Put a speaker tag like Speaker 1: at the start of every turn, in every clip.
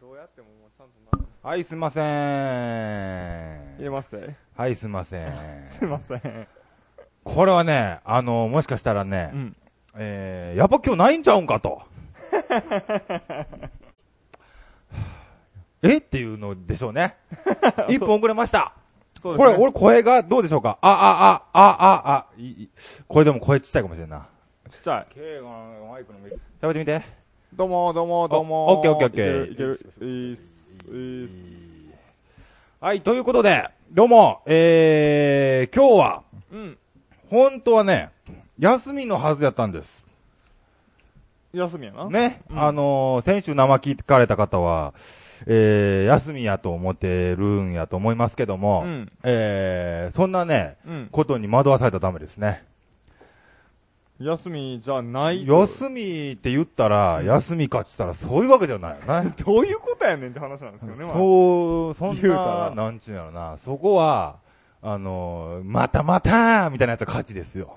Speaker 1: どうやってももうちゃんとな
Speaker 2: はい、すいません。
Speaker 1: 入れません。
Speaker 2: はい、すいませ ん。
Speaker 1: すいません。
Speaker 2: これはね、あの、もしかしたらね、
Speaker 1: うん。
Speaker 2: えー、やっぱ今日ないんちゃうんかと。 えっていうのでしょ うね。一本遅れました。
Speaker 1: そ
Speaker 2: これ、俺声がどうでしょうかあ、あ、あ、あ、あ、あ、いいこれでも声ちっちゃいかもしれんな。
Speaker 1: ちっちゃい。
Speaker 2: 食べてみて。
Speaker 1: どうも、どうも、どうも。
Speaker 2: おオッケーオッケーオッケー
Speaker 1: いける、いける。いいっす、いいっす。
Speaker 2: はい、ということで、どうも、えー、今日は、
Speaker 1: うん。
Speaker 2: 本当はね、休みのはずやったんです。
Speaker 1: 休みやな。。
Speaker 2: ね、
Speaker 1: うん
Speaker 2: あのー先週生聞かれた方は、えー、休みやと思ってるんやと思いますけど
Speaker 1: う
Speaker 2: も、
Speaker 1: ん。
Speaker 2: えー、そんなね、
Speaker 1: うん。
Speaker 2: ことに惑わされたらダメですね。
Speaker 1: 休みじゃない。
Speaker 2: 休みって言ったら、
Speaker 1: うん
Speaker 2: 休みかって言ったらそういうわけじゃないよね。
Speaker 1: どういうことやねんって話なんですけどね、まあ
Speaker 2: そう、そん
Speaker 1: 言うた
Speaker 2: な
Speaker 1: ら、
Speaker 2: なんちゅうのやろな、そこは、あのーまたまたーみたいなやつは勝ちです よ。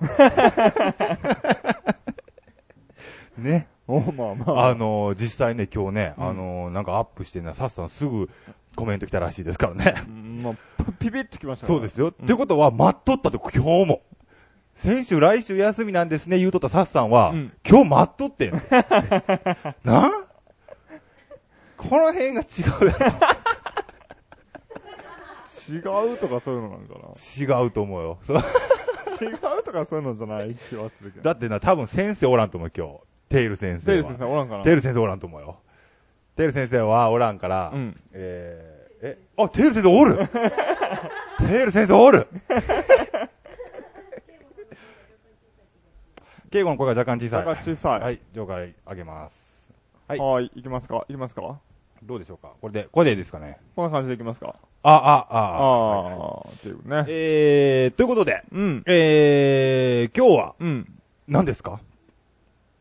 Speaker 2: ね。
Speaker 1: おまあ まあ。
Speaker 2: あのー実際ね、今日ね、
Speaker 1: うん
Speaker 2: あのーなんかアップしてね、さっさんすぐコメント来たらしいですからね。
Speaker 1: うんまあ、ピピピッときましたね
Speaker 2: そうですよ。ってことは、待っとったと、今日も。先週、来週休みなんですね、言うとったサッさんは、
Speaker 1: うん
Speaker 2: 今日待っとってん。 なあこの辺が違うや
Speaker 1: 違うとかそういうのなんか
Speaker 2: ろ。違うと思うよ。そう
Speaker 1: な。違うとかそういうのじゃない気はするけど。
Speaker 2: だってな、多分先生おらんと思う、今日。テイル先生
Speaker 1: テ
Speaker 2: は。
Speaker 1: イル先生おらんかな
Speaker 2: テイル先生おらんと思うよ。テイル先生はおらんから、
Speaker 1: うん
Speaker 2: えー、え、あ、テイル先生おるテイル先生おる敬語の声が若干小さい。
Speaker 1: 若干小さい
Speaker 2: はい、上から上げます。はい
Speaker 1: はーい。いきますかいきますか
Speaker 2: どうでしょうかこれで、これでいいですかね
Speaker 1: こんな感じでいきますか
Speaker 2: あ、あ、
Speaker 1: あ
Speaker 2: あ、あ。
Speaker 1: あー、っていうね。
Speaker 2: えー、ということで、
Speaker 1: うん。
Speaker 2: えー、今日は、
Speaker 1: うん。
Speaker 2: 何ですか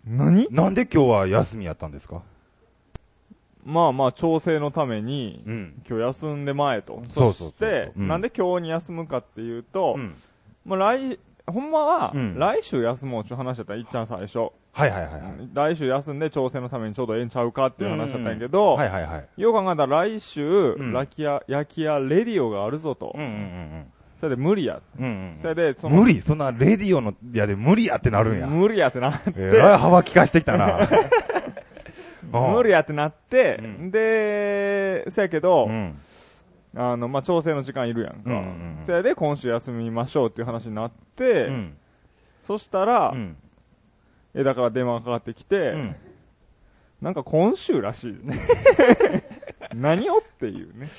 Speaker 1: 何
Speaker 2: なんで今日は休みやったんですか
Speaker 1: まあまあ、調整のために、
Speaker 2: うん。
Speaker 1: 今日休んで前と。
Speaker 2: そうそうそう
Speaker 1: そして、
Speaker 2: うん
Speaker 1: なんで今日に休むかっていうと、
Speaker 2: うん。
Speaker 1: まあ来、ほんまは、
Speaker 2: うん
Speaker 1: 来週休もうっていう話だったら、いっちゃん最初。
Speaker 2: はいはいはいはい。
Speaker 1: 来週休んで調整のためにちょうどええんちゃうかっていう話だったんやけど、
Speaker 2: はいはいはい。
Speaker 1: よう考えたら来週、
Speaker 2: ん
Speaker 1: ラキア、焼き屋レディオがあるぞと。
Speaker 2: うんうん
Speaker 1: それで無理や。
Speaker 2: うんうん。うん
Speaker 1: それで、その、
Speaker 2: 無理そんな、レディオの、いやで無理やってなるんや。
Speaker 1: 無理やってな って、
Speaker 2: えらい幅利かしてきたな。
Speaker 1: 無理やってなって、
Speaker 2: うん
Speaker 1: で、そやけど、
Speaker 2: うん。
Speaker 1: あの、まあ、調整の時間いるやんか。
Speaker 2: うんうんうん
Speaker 1: そやで今週休みましょうっていう話になって、
Speaker 2: うん。
Speaker 1: そしたら、
Speaker 2: うん。
Speaker 1: え、だから電話がかかってきて、
Speaker 2: うん。
Speaker 1: なんか今週らしいね。 何をっていうね。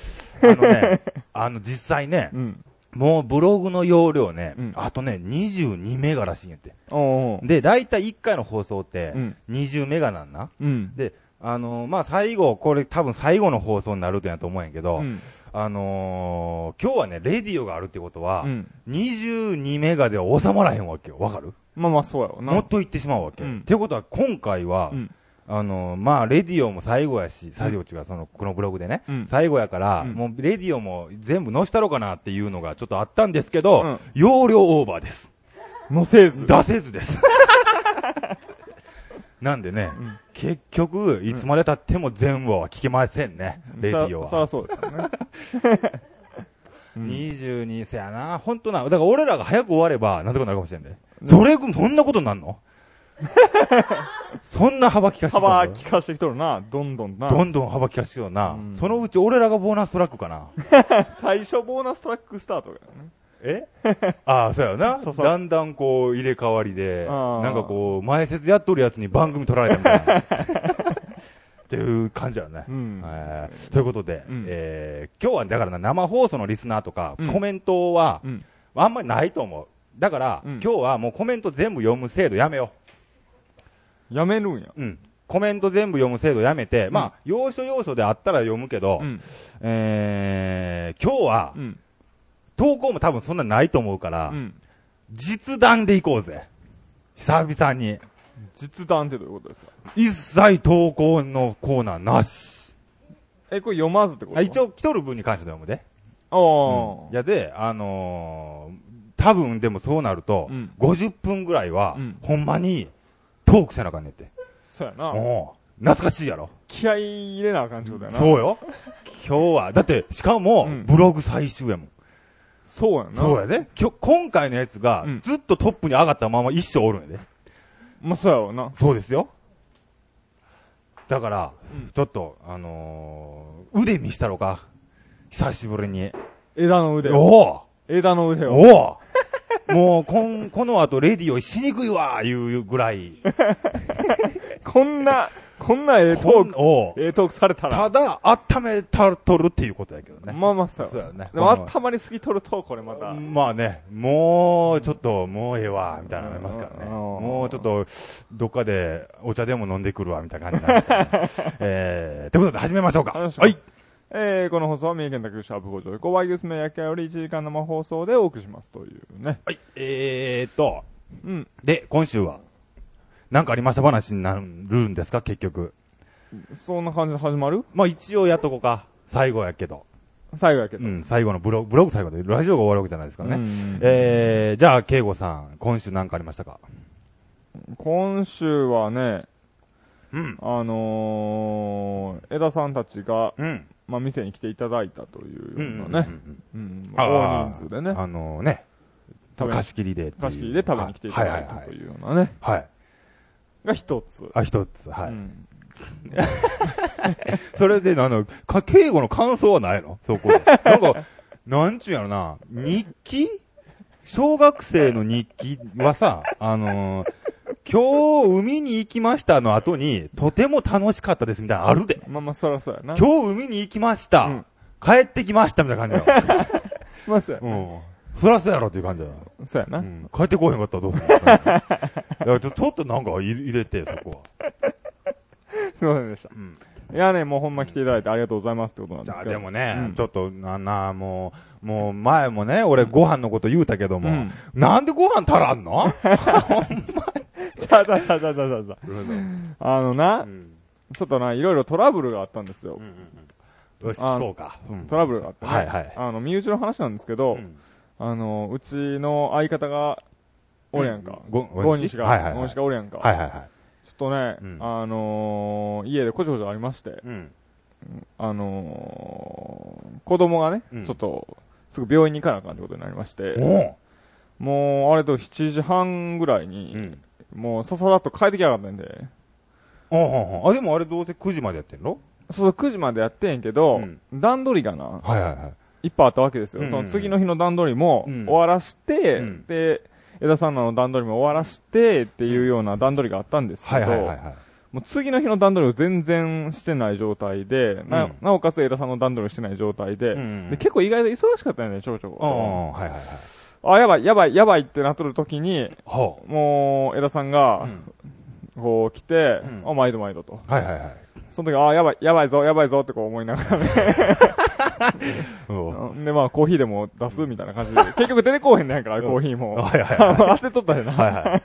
Speaker 2: あの ね、あの実際ね
Speaker 1: う、ん。
Speaker 2: もうブログの容量ね
Speaker 1: うん、
Speaker 2: あとね、22メガらしいんやって。
Speaker 1: おうおう
Speaker 2: で、だいたい1回の放送って
Speaker 1: うん、
Speaker 2: 20メガなんな。
Speaker 1: うん。
Speaker 2: あのー、まあ、最後、これ多分最後の放送になるとやと思うんやけ
Speaker 1: う
Speaker 2: ど、
Speaker 1: ん。
Speaker 2: あのー、今日はね、レディオがあるってことは
Speaker 1: う、ん。
Speaker 2: 22メガでは収まらへんわけよ。わかる
Speaker 1: まあまあ、そうやろな。
Speaker 2: もっと言ってしまうわけ。
Speaker 1: うん
Speaker 2: ってことは、今回は、
Speaker 1: うん
Speaker 2: あの、まあ、レディオも最後やし、最後違う、その、このブログでね、
Speaker 1: うん
Speaker 2: 最後やから、
Speaker 1: うん
Speaker 2: もう、レディオも全部載したろかなっていうのがちょっとあったんですけど、
Speaker 1: うん
Speaker 2: 容量オーバーです。
Speaker 1: のせず。
Speaker 2: 出せ ずです。なんでね、
Speaker 1: うん
Speaker 2: 結局、いつまで経っても全部は聞けませんね、レディオ
Speaker 1: そり
Speaker 2: は
Speaker 1: ゃ。そうですよ ね。うん
Speaker 2: 22世やな、ほんとな、だから俺らが早く終われば、なんとかなるかもしれんね。
Speaker 1: うん
Speaker 2: それ、そんなことになん のそんな幅利かしてたの
Speaker 1: 幅利かしてきとるな、どんどんな。
Speaker 2: どんどん幅利かしてるよな、
Speaker 1: うん
Speaker 2: そのうち俺らがボーナストラックかな。
Speaker 1: 最初ボーナストラックスタートがね。
Speaker 2: え ああ、そうやよな。
Speaker 1: そうそう
Speaker 2: だんだんこう入れ替わりで、
Speaker 1: ああ
Speaker 2: なんかこう、前説やっとるやつに番組取られたみたいな。 っていう感じだよね。
Speaker 1: うん
Speaker 2: えーということで、
Speaker 1: うん
Speaker 2: えー今日はだからな生放送のリスナーとか、
Speaker 1: うん
Speaker 2: コメントは
Speaker 1: うん。
Speaker 2: あんまりないと思う。だから、
Speaker 1: うん
Speaker 2: 今日はもうコメント全部読む制度やめよ
Speaker 1: やめるんや。
Speaker 2: う。うん。コメント全部読む制度やめて、まあ、要所要所であったら読むけど、
Speaker 1: うん。
Speaker 2: えー今日は、
Speaker 1: うん。
Speaker 2: 投稿も多分そんなないと思うか
Speaker 1: う
Speaker 2: ら、
Speaker 1: ん。
Speaker 2: 実弾でいこうぜ。久々に。
Speaker 1: 実弾ってどういうことですか
Speaker 2: 一切投稿のコーナーなし。
Speaker 1: え、これ読まずってこと
Speaker 2: あ一応来とる分に関しては読むで。
Speaker 1: 応
Speaker 2: いやで、あのー、多分でもそうなると、
Speaker 1: うん
Speaker 2: 50分ぐらいは、
Speaker 1: うん
Speaker 2: ほんまにトークせなあかんねんって。
Speaker 1: そうやな。
Speaker 2: もう懐かしいやろ。
Speaker 1: 気合い入れなあかんってことやな。
Speaker 2: そうよ。今日は、だって、しかも
Speaker 1: うん、
Speaker 2: ブログ最終やもん。
Speaker 1: そうやな。
Speaker 2: そうやで。きょ今回のやつが
Speaker 1: うん、
Speaker 2: ずっとトップに上がったまま一生おるんやで。
Speaker 1: まあ、そうやろうな。
Speaker 2: そうですよ。だから
Speaker 1: うん、
Speaker 2: ちょっと、あのー、腕見したろか。久しぶりに。
Speaker 1: 枝の腕を。
Speaker 2: おお
Speaker 1: 枝の腕を。
Speaker 2: お おもう、こん、この後、レディオしにくいわ、いうぐらい。
Speaker 1: こん な、こんなええト
Speaker 2: こ
Speaker 1: ー
Speaker 2: ん
Speaker 1: ク、
Speaker 2: おう
Speaker 1: ええトークされたら。
Speaker 2: ただ、温めたとるっていうことやけどね。
Speaker 1: まあまあそうや
Speaker 2: そう
Speaker 1: わ
Speaker 2: やね。
Speaker 1: でも、
Speaker 2: こ
Speaker 1: あ
Speaker 2: の
Speaker 1: ったまりすぎとると、これまた。
Speaker 2: まあね、もう、ちょっと、もうええわ、みたいなのありますからね。
Speaker 1: うん
Speaker 2: もうちょっと、どっかで、お茶でも飲んでくるわ、みたいな感じになります からねえー、ってことで始めましょうか。
Speaker 1: 話しましょう
Speaker 2: はい。
Speaker 1: えー、この放送は三重県卓シャープ工場で、コワイグスの夜景より1時間生放送でお送りしますというね。
Speaker 2: はい。えーっと、
Speaker 1: うん。
Speaker 2: で、今週は、なんかありました話になるんですか、結局。
Speaker 1: そんな感じで始まる
Speaker 2: まあ一応やっとこうか。最後やけど。
Speaker 1: 最後やけ
Speaker 2: う
Speaker 1: ど。
Speaker 2: ん、最後のブログ、ブログ最後で、ラジオが終わるわけじゃないですからね。
Speaker 1: うん
Speaker 2: えー、じゃあ、慶吾さん、今週なんかありましたか
Speaker 1: 今週はね、
Speaker 2: うん。
Speaker 1: あのー、枝さんたちが、
Speaker 2: うん。
Speaker 1: まあ、店に来ていただいたという
Speaker 2: う
Speaker 1: よ
Speaker 2: ん。
Speaker 1: うなね、うん大人数でね、
Speaker 2: あのね、
Speaker 1: 食べ
Speaker 2: 貸し切りでっていう。
Speaker 1: 貸し切りで食べに来ていただいた
Speaker 2: はいはい
Speaker 1: と
Speaker 2: はい。
Speaker 1: いうようなね、
Speaker 2: はい。
Speaker 1: が一つ。
Speaker 2: あ、一つ、は
Speaker 1: う
Speaker 2: い。
Speaker 1: ん
Speaker 2: それで、あの、か、敬語の感想はないのそこで。なんか、なんちゅうんやろな、日記小学生の日記はさ、あのー今日海に行きましたの後に、とても楽しかったですみたいなのあるで。
Speaker 1: まあまあ、そらそうやな。
Speaker 2: 今日海に行きました、
Speaker 1: うん
Speaker 2: 帰ってきましたみたいな感じだよ。
Speaker 1: まあ、そうや。
Speaker 2: うん。そらそうやろっていう感じだよ。
Speaker 1: そうやな。
Speaker 2: うん帰ってこへんかったらどうするのいやちょちょっとなんか入入れて、そこは。
Speaker 1: すいませんでした。
Speaker 2: うん
Speaker 1: いやね、もうほんま来ていただいてありがとうございますってことなん
Speaker 2: じ
Speaker 1: です
Speaker 2: ゃあ
Speaker 1: けど。
Speaker 2: でもね、
Speaker 1: うん
Speaker 2: ちょっと、な、な、もう、もう前もね、俺ご飯のこと言うたけども、
Speaker 1: うん
Speaker 2: なんでご飯足らんの
Speaker 1: ちゃうちゃうちゃうちゃうちゃうちゃうあのな、
Speaker 2: うん
Speaker 1: ちょっとな、いろいろトラブルがあったんですよ。
Speaker 2: よし、聞こうか。うん
Speaker 1: トラブルがあって、ね。
Speaker 2: はいはい
Speaker 1: あの、身内の話なんですけど、
Speaker 2: うん
Speaker 1: あの、うちの相方が、おるやんか。
Speaker 2: ご、
Speaker 1: 大西が、
Speaker 2: はいはいは
Speaker 1: 大
Speaker 2: い。
Speaker 1: 西がおるやんか。
Speaker 2: はいはいはい。
Speaker 1: ちょっとね、
Speaker 2: うん
Speaker 1: あのー家でこちょこちょありまして、
Speaker 2: うん。
Speaker 1: あのー子供がね、
Speaker 2: うん
Speaker 1: ちょっと、すぐ病院に行かなあかんってことになりまして、
Speaker 2: お
Speaker 1: もう、あれと7時半ぐらいに、
Speaker 2: うん。
Speaker 1: もうさささっと帰ってきやがったんで、
Speaker 2: おうおうおうあ、でもあれどうせ9時までやってんの
Speaker 1: そう、9時までやってんけど、
Speaker 2: うん
Speaker 1: 段取りがな、
Speaker 2: はいはいはい。
Speaker 1: いっぱいあったわけですよ。
Speaker 2: うんうん
Speaker 1: そ
Speaker 2: うん
Speaker 1: の次の日の段取りも
Speaker 2: うん
Speaker 1: 終わらして、
Speaker 2: うん
Speaker 1: で、江田さんらの段取りも終わらしてっていうような段取りがあったんですけ
Speaker 2: はい
Speaker 1: ど、
Speaker 2: はいはいはい。
Speaker 1: もう次の日の段取りを全然してない状態で、
Speaker 2: う
Speaker 1: なんなおかつ江田さんの段取りをしてない状態で、
Speaker 2: うんうん
Speaker 1: で結構意外と忙しかったよね、ちょこちょ
Speaker 2: うん
Speaker 1: こ。
Speaker 2: うんはいはいはい。
Speaker 1: あ、やばい、やばい、やばいってなっとる時に、
Speaker 2: ほ
Speaker 1: もう、江田さん
Speaker 2: う。
Speaker 1: が
Speaker 2: う、ん
Speaker 1: こう来て、
Speaker 2: うん
Speaker 1: あ、毎度毎度と。
Speaker 2: はいはいはい。
Speaker 1: その時、あ、やばい、やばいぞ、やばいぞってこう思いながらね。
Speaker 2: うん
Speaker 1: で、まあ、コーヒーでも出すみたいな感じ で。結局出てこうへんねやんから、
Speaker 2: うん
Speaker 1: コーヒーも。
Speaker 2: はいはいは
Speaker 1: 焦っとったよな。
Speaker 2: はいはい。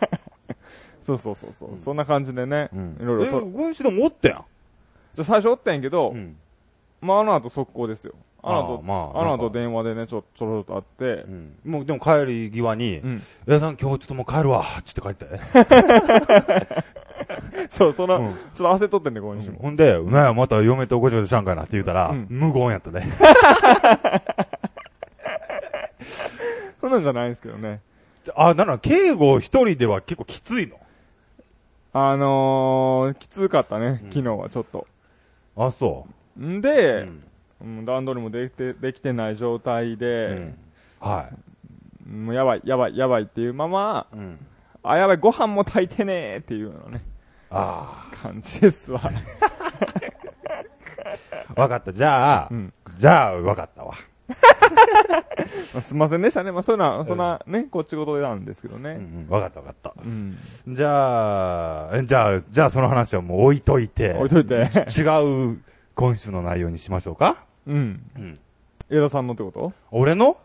Speaker 1: そうそうそうそう。そんな感じでね、 いろいろ
Speaker 2: え、
Speaker 1: と。
Speaker 2: 今週でもおったやん。
Speaker 1: じゃあ最初おったんやけど、
Speaker 2: ん。
Speaker 1: まあ、あの後速攻ですよ。あの
Speaker 2: あ
Speaker 1: 後
Speaker 2: ー、まあ
Speaker 1: あの
Speaker 2: なん
Speaker 1: 後
Speaker 2: か
Speaker 1: 電話でね、ちょ、ちょろっと会って
Speaker 2: う、んもうでも帰り際に
Speaker 1: う、ん。
Speaker 2: いやさん今日ちょっともう帰るわ、つって帰って。
Speaker 1: そう、その、
Speaker 2: うん
Speaker 1: ちょっと焦っとってんで、この日も。
Speaker 2: ほんで、うなやまた嫁とごちゃごちゃしたんかなって言うたら、
Speaker 1: うん
Speaker 2: 無言やったね。
Speaker 1: そんなんじゃないんですけどね。
Speaker 2: あ、なら、敬語一人では結構きついの
Speaker 1: あのー、きつかったね
Speaker 2: う、ん
Speaker 1: 昨日はちょっと。
Speaker 2: あ、そ
Speaker 1: ん
Speaker 2: う。
Speaker 1: で、
Speaker 2: ん。
Speaker 1: うん、段取りもできて、できてない状態
Speaker 2: う
Speaker 1: で
Speaker 2: ん、は
Speaker 1: もうやばい、やばい、やばいっていうまま、
Speaker 2: い。うん。
Speaker 1: あ、やばい、ご飯も炊いてねーっていうのね、
Speaker 2: あ
Speaker 1: 感じですわ。
Speaker 2: あ、わかった。じゃあ、
Speaker 1: うん
Speaker 2: じゃあ、わかったわ。
Speaker 1: まあすいませんでしたね。まあ、そういうのは、そんな、ね、こっち事なんですけど
Speaker 2: う
Speaker 1: ね。
Speaker 2: ん、わかったわかった。
Speaker 1: うん。
Speaker 2: じゃあ、えじゃあ、じゃあその話はもう置いといて、
Speaker 1: 置いといて。
Speaker 2: 違う今週の内容にしましょうか
Speaker 1: うん。
Speaker 2: うん。
Speaker 1: 江田さんのってこと
Speaker 2: 俺の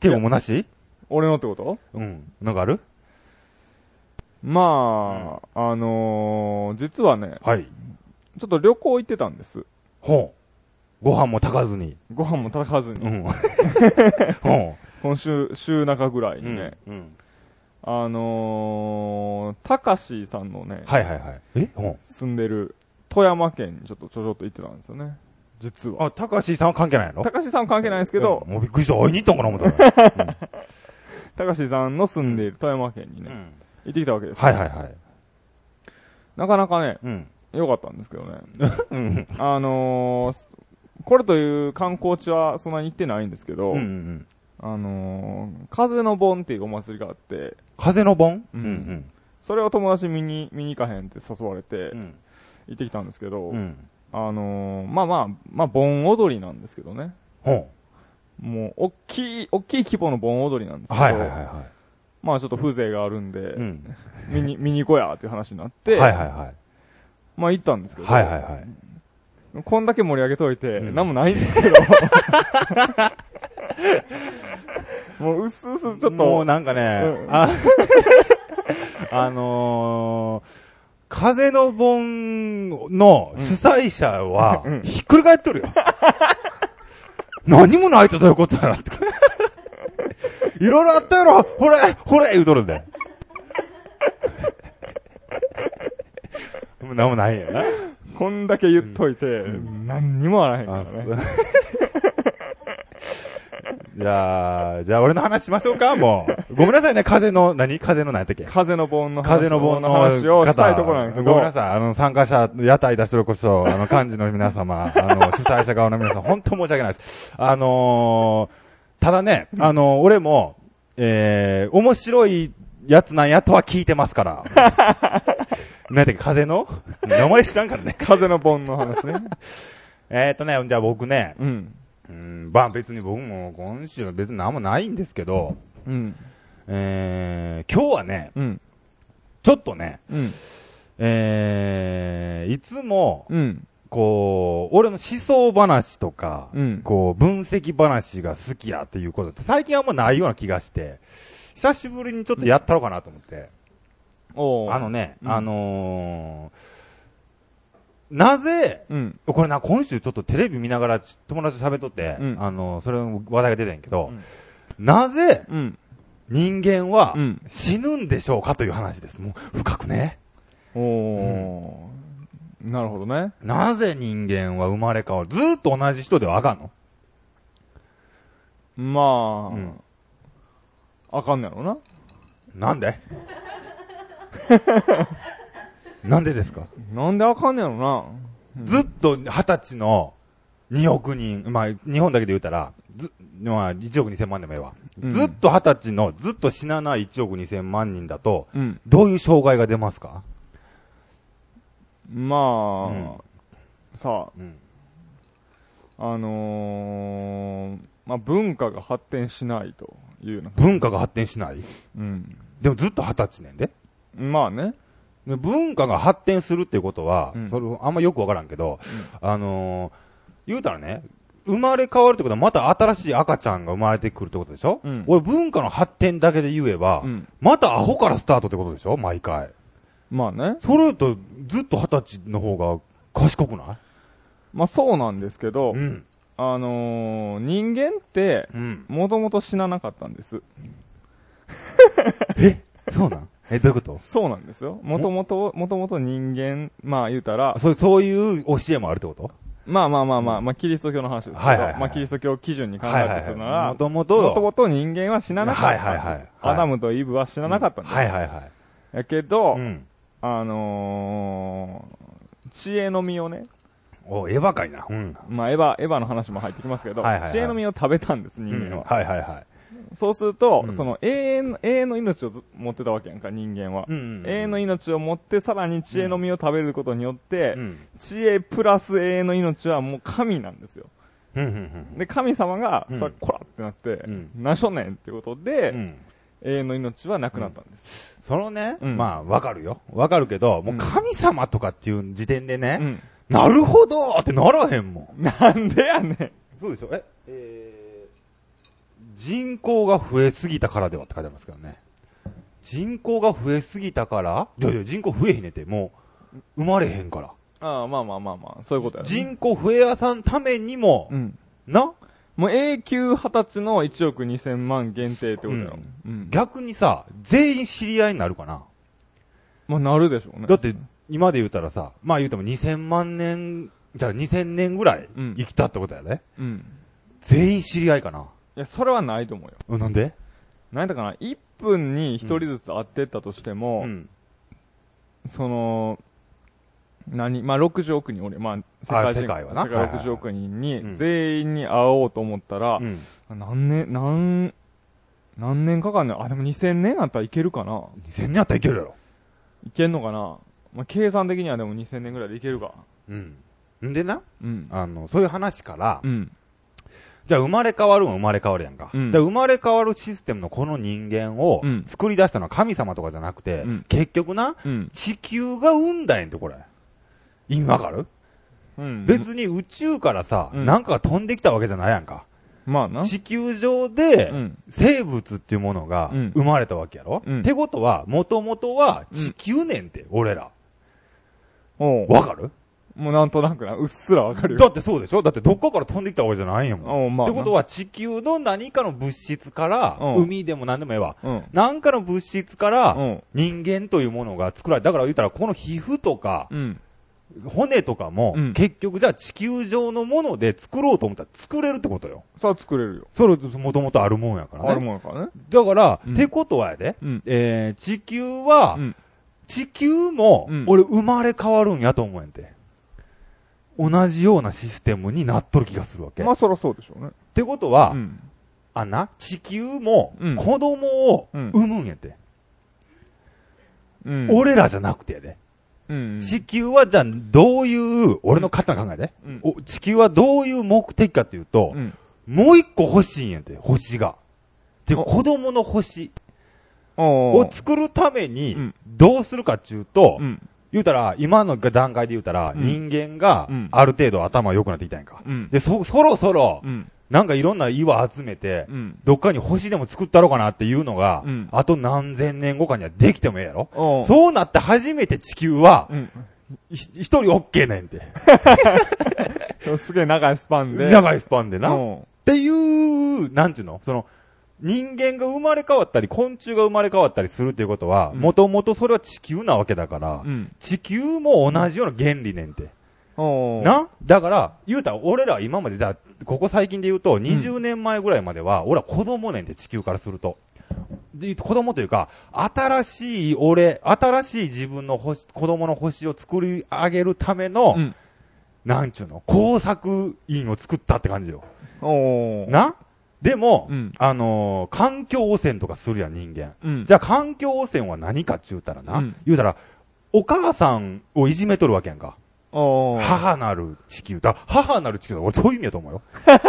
Speaker 2: 敬語もなし
Speaker 1: 俺のってこと
Speaker 2: うん。なんかある
Speaker 1: まあ、あのー、実はね、
Speaker 2: はい。
Speaker 1: ちょっと旅行行ってたんです。
Speaker 2: ほう。ご飯も炊かずに。
Speaker 1: ご飯も炊かずに。
Speaker 2: ん。ほ
Speaker 1: 今週、週中ぐら
Speaker 2: う。
Speaker 1: いにね。
Speaker 2: うん。
Speaker 1: あのー、たかしさんのね、
Speaker 2: はいはいはい。えほう。
Speaker 1: 住んでる、富山県にちょっとちょろっと行ってたんですよね。実は。
Speaker 2: あ、高橋さんは関係ないの
Speaker 1: 高橋さん関係ないですけど
Speaker 2: うん、もうびっくりした。会いに行ったんかな思ったら。
Speaker 1: 高橋さんの住んでいる富山県に
Speaker 2: う
Speaker 1: ね、
Speaker 2: ん
Speaker 1: 行ってきたわけですよ、
Speaker 2: はいはいはい。
Speaker 1: なかなかね、
Speaker 2: うん。
Speaker 1: 良かったんですけどね。
Speaker 2: うん。
Speaker 1: あのー、これという観光地はそんなに行ってないんですけど、
Speaker 2: うんうん。
Speaker 1: あのー、風の盆っていうお祭りがあって、
Speaker 2: 風の盆
Speaker 1: う
Speaker 2: うんん
Speaker 1: それを友達見に、見に行かへんって誘われて
Speaker 2: う、ん。
Speaker 1: 行ってきたんですけど、
Speaker 2: うん。
Speaker 1: あのー、まあまあ、まあ盆踊りなんですけどね。
Speaker 2: ほ
Speaker 1: もう、大きい、大きい規模の盆踊りなんです
Speaker 2: う。
Speaker 1: けど、
Speaker 2: はいはいはいは
Speaker 1: まあちょっと風情があるんで、
Speaker 2: い。うん。
Speaker 1: 見に、見に行こうやっていう話になって、
Speaker 2: はいはいはい。
Speaker 1: まあ行ったんですけど、
Speaker 2: はいはいはい。
Speaker 1: こんだけ盛り上げといて、
Speaker 2: うん
Speaker 1: なんもないんですけど。 もう、うすうすちょっと、
Speaker 2: もうなんかね、
Speaker 1: うん
Speaker 2: あ あのー、風の盆の主催者は
Speaker 1: うん、
Speaker 2: ひっくり返っと るよ。何もないとどういうことやなって。いろいろあったやろほれほれ言うとるんだよ。 もう何もないんやな。
Speaker 1: こんだけ言っといて、何にもあらへんから
Speaker 2: あそう
Speaker 1: ね。
Speaker 2: じゃあ、じゃあ俺の話しましょうかもう。ごめんなさいね、風の、何風の何やったっ け
Speaker 1: 風の盆の話
Speaker 2: 風の盆の
Speaker 1: 話をしたいところなんですけど、
Speaker 2: ごめんなさい。あの、参加者、屋台出してるこそ、 あの、幹事の皆様、あの、主催者側の皆さん、本当申し訳ないです。あのーただね、あの俺も、えー、面白いやつなんやとは聞いてますから。 何やったっけ、風の名前知らんからね。
Speaker 1: 風の盆の話ね。
Speaker 2: えーっとね、じゃあ僕ね、
Speaker 1: うん。
Speaker 2: うん、まあ別に僕も今週は別に何もないんですけど、
Speaker 1: うん。
Speaker 2: えー、今日はね、
Speaker 1: うん。
Speaker 2: ちょっとね、
Speaker 1: うん。
Speaker 2: えー、いつも、
Speaker 1: うん。
Speaker 2: こう、俺の思想話とか、
Speaker 1: うん
Speaker 2: こう、分析話が好きやっていうことって最近あんまないような気がして、久しぶりにちょっとやったろうかなと思って。
Speaker 1: おー
Speaker 2: あの、ね、
Speaker 1: うん
Speaker 2: あのー、なぜ、
Speaker 1: うん。
Speaker 2: これな、今週ちょっとテレビ見ながら友達と喋っとって、
Speaker 1: うん
Speaker 2: あのーそれの話題が出てんやけど、なぜ
Speaker 1: うん。
Speaker 2: 人間は
Speaker 1: うん
Speaker 2: 死ぬんでしょうかという話です。もう深くね。
Speaker 1: おー。なるほどね。
Speaker 2: なぜ人間は生まれ変わるずーっと同じ人ではあかんの
Speaker 1: まあ、
Speaker 2: うん
Speaker 1: あかんねやろな。
Speaker 2: なんでなんでですか、
Speaker 1: なんであかんねやろな。
Speaker 2: ずっと二十歳の2億人、まあ、日本だけで言うたら、ず、まあ、1億2千万でもええわ。
Speaker 1: うん
Speaker 2: ずっと二十歳の、ずっと死なない1億2千万人だと、
Speaker 1: うん。
Speaker 2: どういう障害が出ますか
Speaker 1: まあ、
Speaker 2: うん
Speaker 1: さ
Speaker 2: うん。
Speaker 1: あ、あのー、まあ文化が発展しないというな。
Speaker 2: 文化が発展しない
Speaker 1: うん。
Speaker 2: でもずっと二十歳年で。
Speaker 1: まあね。
Speaker 2: で文化が発展するっていうことは、
Speaker 1: うん
Speaker 2: それあんまよくわからんけど、あのー言うたらね、生まれ変わるってことはまた新しい赤ちゃんが生まれてくるってことでしょ、
Speaker 1: うん
Speaker 2: 俺文化の発展だけで言えば、
Speaker 1: うん。
Speaker 2: またアホからスタートってことでしょ毎回。
Speaker 1: まあね。
Speaker 2: それとずっと二十歳の方が賢くない
Speaker 1: まあそうなんですけど、
Speaker 2: ん。
Speaker 1: あのー、人間って、
Speaker 2: うん。
Speaker 1: もともと死ななかったんです。
Speaker 2: えそうなんえ、どういうこと
Speaker 1: そうなんですよ。もともと、もともと人間、まあ言うたら
Speaker 2: あ、そう、そういう教えもあるってこと
Speaker 1: まあまあまあまあ、まあキリスト教の話ですけど、
Speaker 2: はいはいはい
Speaker 1: まあキリスト教を基準に考えてするなら、
Speaker 2: もとも
Speaker 1: もと
Speaker 2: と、
Speaker 1: もと人間は死ななかったんです。
Speaker 2: はいはいはいはい
Speaker 1: アダムとイブは死ななかったんです。
Speaker 2: はいはいはい。
Speaker 1: やけど、
Speaker 2: うん。
Speaker 1: あのー、知恵の実をね、
Speaker 2: お、エヴァかいな。うん。
Speaker 1: まあエヴァ、エヴァの話も入ってきますけど、
Speaker 2: はいはいはい
Speaker 1: 知恵の実を食べたんです、人間は。
Speaker 2: はいはいはい。
Speaker 1: そうすると、
Speaker 2: うん
Speaker 1: その永遠の、永遠の命をず持ってたわけやんか、人間は。
Speaker 2: ん
Speaker 1: 永遠の命を持って、さらに知恵の実を食べることによって、
Speaker 2: うん。
Speaker 1: 知恵プラス永遠の命はもう神なんですよ。
Speaker 2: うんうん
Speaker 1: で、神様が、
Speaker 2: うん
Speaker 1: さ、こらってなって、
Speaker 2: うん
Speaker 1: 何しょんねんっていうこと
Speaker 2: う
Speaker 1: で、
Speaker 2: ん。うん。
Speaker 1: 永遠の命はなくなったんです。
Speaker 2: そのね、
Speaker 1: うん
Speaker 2: まあ、わかるよ。わかるけど、も
Speaker 1: う
Speaker 2: うん神様とかっていう時点でね、
Speaker 1: うん
Speaker 2: なるほどって ならへんもん。
Speaker 1: なんでやねん。
Speaker 2: そうでしょえ、えー人口が増えすぎたからではって書いてありますけどね。人口が増えすぎたからいやいや、人口増えへんねんて、もう、生まれへんから。
Speaker 1: ああ、まあまあまあまあ、そういうことやね。
Speaker 2: 人口増えやさんためにも、
Speaker 1: うん。
Speaker 2: な、
Speaker 1: もう永久二十歳の1億2000万限定ってことやろ。うん。
Speaker 2: 逆にさ、全員知り合いになるかな。
Speaker 1: まあ、なるでしょうね。
Speaker 2: だって、今で言うたらさ、まあ言うても2000万年、じゃあ2000年ぐらい
Speaker 1: うん
Speaker 2: 生きたってことやね。
Speaker 1: うん。
Speaker 2: 全員知り合いかな。
Speaker 1: いや、それはないと思うよ。
Speaker 2: うん、なんで
Speaker 1: なんだかな、1分に1人ずつ会ってったとして
Speaker 2: う
Speaker 1: も、
Speaker 2: ん。
Speaker 1: その、何まあ、60億人俺、まあ、
Speaker 2: あ
Speaker 1: 人
Speaker 2: 世界はな
Speaker 1: 世界
Speaker 2: はいはいはい
Speaker 1: 60億人
Speaker 2: う
Speaker 1: に、
Speaker 2: ん
Speaker 1: 全員に会おうと思ったら
Speaker 2: う、ん。
Speaker 1: 何年、何、何年かかんねん。あ、でも2000年あったらいけるかな
Speaker 2: 2000年やったらいけるやろ。
Speaker 1: いけんのかなまあ、計算的にはでも2000年ぐらいでいけるか。
Speaker 2: うん。んでな、
Speaker 1: うん。
Speaker 2: あの、そういう話から、
Speaker 1: うん。
Speaker 2: じゃあ生まれ変わるんは生まれ変わるやんか。
Speaker 1: うん
Speaker 2: で生まれ変わるシステムのこの人間を
Speaker 1: うん
Speaker 2: 作り出したのは神様とかじゃなくて、
Speaker 1: うん
Speaker 2: 結局な、
Speaker 1: うん。
Speaker 2: 地球が生んだんやんて、これ。意味わかる、
Speaker 1: うん。
Speaker 2: 別に宇宙からさ、
Speaker 1: うん
Speaker 2: なんかが飛んできたわけじゃないやんか。
Speaker 1: まあな。
Speaker 2: 地球上で、
Speaker 1: うん。
Speaker 2: 生物っていうものが
Speaker 1: うん
Speaker 2: 生まれたわけやろ、
Speaker 1: うん
Speaker 2: ってことは、もともとは地球年って、俺ら。
Speaker 1: おう
Speaker 2: わかる
Speaker 1: もうなんとなくな。うっすらわかるよ。
Speaker 2: だってそうでしょだってどっかから飛んできたわけじゃないんやもん。
Speaker 1: おうまあ
Speaker 2: っ
Speaker 1: な。
Speaker 2: てことは地球の何かの物質から、
Speaker 1: うん
Speaker 2: 海でも何でもええわ。
Speaker 1: うん。
Speaker 2: 何かの物質から、
Speaker 1: うん。
Speaker 2: 人間というものが作られた。だから言ったら、この皮膚とか、
Speaker 1: うん。
Speaker 2: 骨とかも、
Speaker 1: うん
Speaker 2: 結局じゃあ地球上のもので作ろうと思ったら作れるってことよ。
Speaker 1: さあ作れるよ。
Speaker 2: それ、もともとあるもんやからね。
Speaker 1: あるもんやからね。
Speaker 2: だから、
Speaker 1: うん
Speaker 2: ってことはやで、
Speaker 1: うん
Speaker 2: えー、地球は、
Speaker 1: うん
Speaker 2: 地球も、
Speaker 1: うん
Speaker 2: 俺生まれ変わるんやと思うんやて。同じようなシステムになっとる気がするわけ。
Speaker 1: ま
Speaker 2: っ
Speaker 1: あそらそうでしょうね。
Speaker 2: てことは、
Speaker 1: うん。
Speaker 2: あんな、地球も
Speaker 1: うん
Speaker 2: 子供を
Speaker 1: うん
Speaker 2: 産むんやて。
Speaker 1: うん。
Speaker 2: 俺らじゃなくてやで。
Speaker 1: うん。
Speaker 2: 地球はじゃあどういう、俺の勝手な考えで、
Speaker 1: うん
Speaker 2: お地球はどういう目的かっていうと、
Speaker 1: うん。
Speaker 2: もう一個欲しいんやて、星が。で、
Speaker 1: お
Speaker 2: 子供の星
Speaker 1: お
Speaker 2: を
Speaker 1: う
Speaker 2: 作るため
Speaker 1: う
Speaker 2: に
Speaker 1: ん、
Speaker 2: どうするかっていうと、
Speaker 1: うん。
Speaker 2: 言うたら、今の段階で言うたら、
Speaker 1: うん
Speaker 2: 人間が
Speaker 1: うん、
Speaker 2: ある程度頭良くなってきたんやんか。
Speaker 1: うん。
Speaker 2: で、そ、そろそろ
Speaker 1: う、ん。
Speaker 2: なんかいろんな岩集めて、
Speaker 1: うん。
Speaker 2: どっかに星でも作ったろうかなっていうのが
Speaker 1: うん、
Speaker 2: あと何千年後かにはできてもええやろ
Speaker 1: おう
Speaker 2: そうなって初めて地球は、
Speaker 1: うん。
Speaker 2: ひ一人オッケーねんて。
Speaker 1: すげえ長いスパンで。い
Speaker 2: 長いスパンでな。っ
Speaker 1: お
Speaker 2: ていう、なんちゅうのその、人間が生まれ変わったり、昆虫が生まれ変わったりするっていうことは、
Speaker 1: うん
Speaker 2: もともとそれは地球なわけだから
Speaker 1: う。う、ん。
Speaker 2: 地球も同じような原理ねんて。
Speaker 1: おう。
Speaker 2: なだから、言うたら、俺ら今まで、じゃあ、ここ最近で言うと、20年前ぐらいまでは、俺は子供ねんで、地球からすると。で子供というか、新しい俺、新しい自分の星、子供の星を作り上げるための、
Speaker 1: うん
Speaker 2: なんちゅうの、工作員を作ったって感じよ。
Speaker 1: おう。
Speaker 2: なでも、
Speaker 1: うん
Speaker 2: あのー環境汚染とかするやん、人間。
Speaker 1: うん。
Speaker 2: じゃあ、環境汚染は何かって言うたらな、
Speaker 1: うん
Speaker 2: 言うたら、お母さんをいじめとるわけやんか。
Speaker 1: おう。
Speaker 2: 母なる地球だ。母なる地球だ。俺そういう意味だ と思うよ。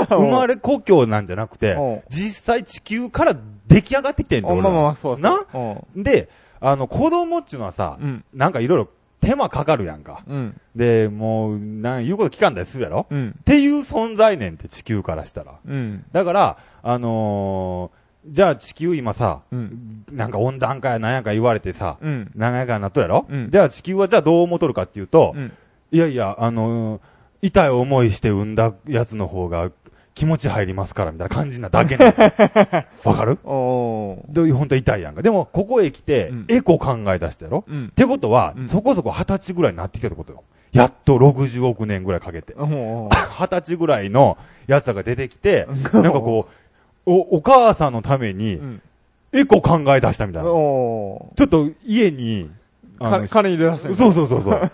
Speaker 2: 生まれ故郷なんじゃなくて
Speaker 1: おう、
Speaker 2: 実際地球から出来上がってきてんだ
Speaker 1: お
Speaker 2: よ。
Speaker 1: うまあまあま
Speaker 2: 俺
Speaker 1: あ、そうそう。
Speaker 2: な
Speaker 1: お
Speaker 2: で、あの、子供っていうのはさ
Speaker 1: う。、うん。
Speaker 2: なんかいろいろ手間かかるやんか。
Speaker 1: うん。
Speaker 2: で、もう、なん、言うこと聞かんだりするやろ
Speaker 1: うん。
Speaker 2: っていう存在ねんって地球からしたら。
Speaker 1: うん。
Speaker 2: だから、あのーじゃあ地球今さ、
Speaker 1: うん。
Speaker 2: なんか温暖化やなんやか言われてさ、
Speaker 1: うん。
Speaker 2: なんやかになっとるやろ
Speaker 1: うん
Speaker 2: じゃあ地球はじゃあどう思っとるかっていうと
Speaker 1: う、ん。
Speaker 2: いやいや、あのー痛い思いして産んだやつの方が気持ち入りますからみたいな感じなだけな のわかる
Speaker 1: おう。
Speaker 2: で、ほんと痛いやんか。でも、ここへ来て
Speaker 1: うん、
Speaker 2: エコ考え出したやろ、
Speaker 1: うん
Speaker 2: っ。てことは、
Speaker 1: うん
Speaker 2: そこそこ二十歳ぐらいになってきたってことよ。やっと60億年ぐらいかけて。
Speaker 1: おう。
Speaker 2: 二十歳ぐらいのやつらが出てきて、なんかこう、お、お母さんのために
Speaker 1: う、ん。
Speaker 2: エコ考え出したみたいな。ち
Speaker 1: おう。
Speaker 2: ょっと家に、あ
Speaker 1: か
Speaker 2: の
Speaker 1: 金入れ出してみた
Speaker 2: そうそうそ うそう。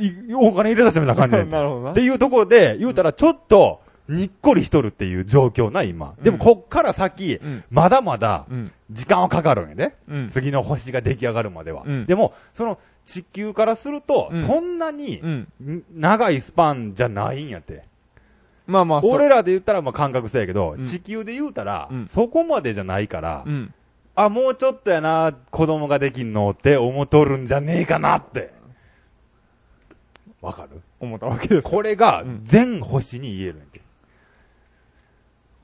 Speaker 2: いお金入れ出したみたいな感じなんだよ
Speaker 1: なるほど
Speaker 2: っ
Speaker 1: な
Speaker 2: て。いうところで、言うたらちょっと、にっこりしとるっていう状況な、今。でも、こっから先、
Speaker 1: うん。
Speaker 2: まだまだ、
Speaker 1: うん。
Speaker 2: 時間はかかるんやで。
Speaker 1: うん。
Speaker 2: 次の星が出来上がるまでは
Speaker 1: う。ん
Speaker 2: でも、その、地球からすると
Speaker 1: うん、
Speaker 2: そんなに
Speaker 1: う、ん。
Speaker 2: ん長いスパンじゃないんやって。
Speaker 1: まあまあ、そ
Speaker 2: 俺らで言ったら、まあ、感覚性やけど
Speaker 1: う、ん
Speaker 2: 地球で言うたら
Speaker 1: うん、
Speaker 2: そこまでじゃないから
Speaker 1: う、ん。
Speaker 2: あ、もうちょっとやな、子供ができんのって思っとるんじゃねえかなって。わかる
Speaker 1: 思ったわけです。
Speaker 2: これが
Speaker 1: うん
Speaker 2: 全星に言えるんやて。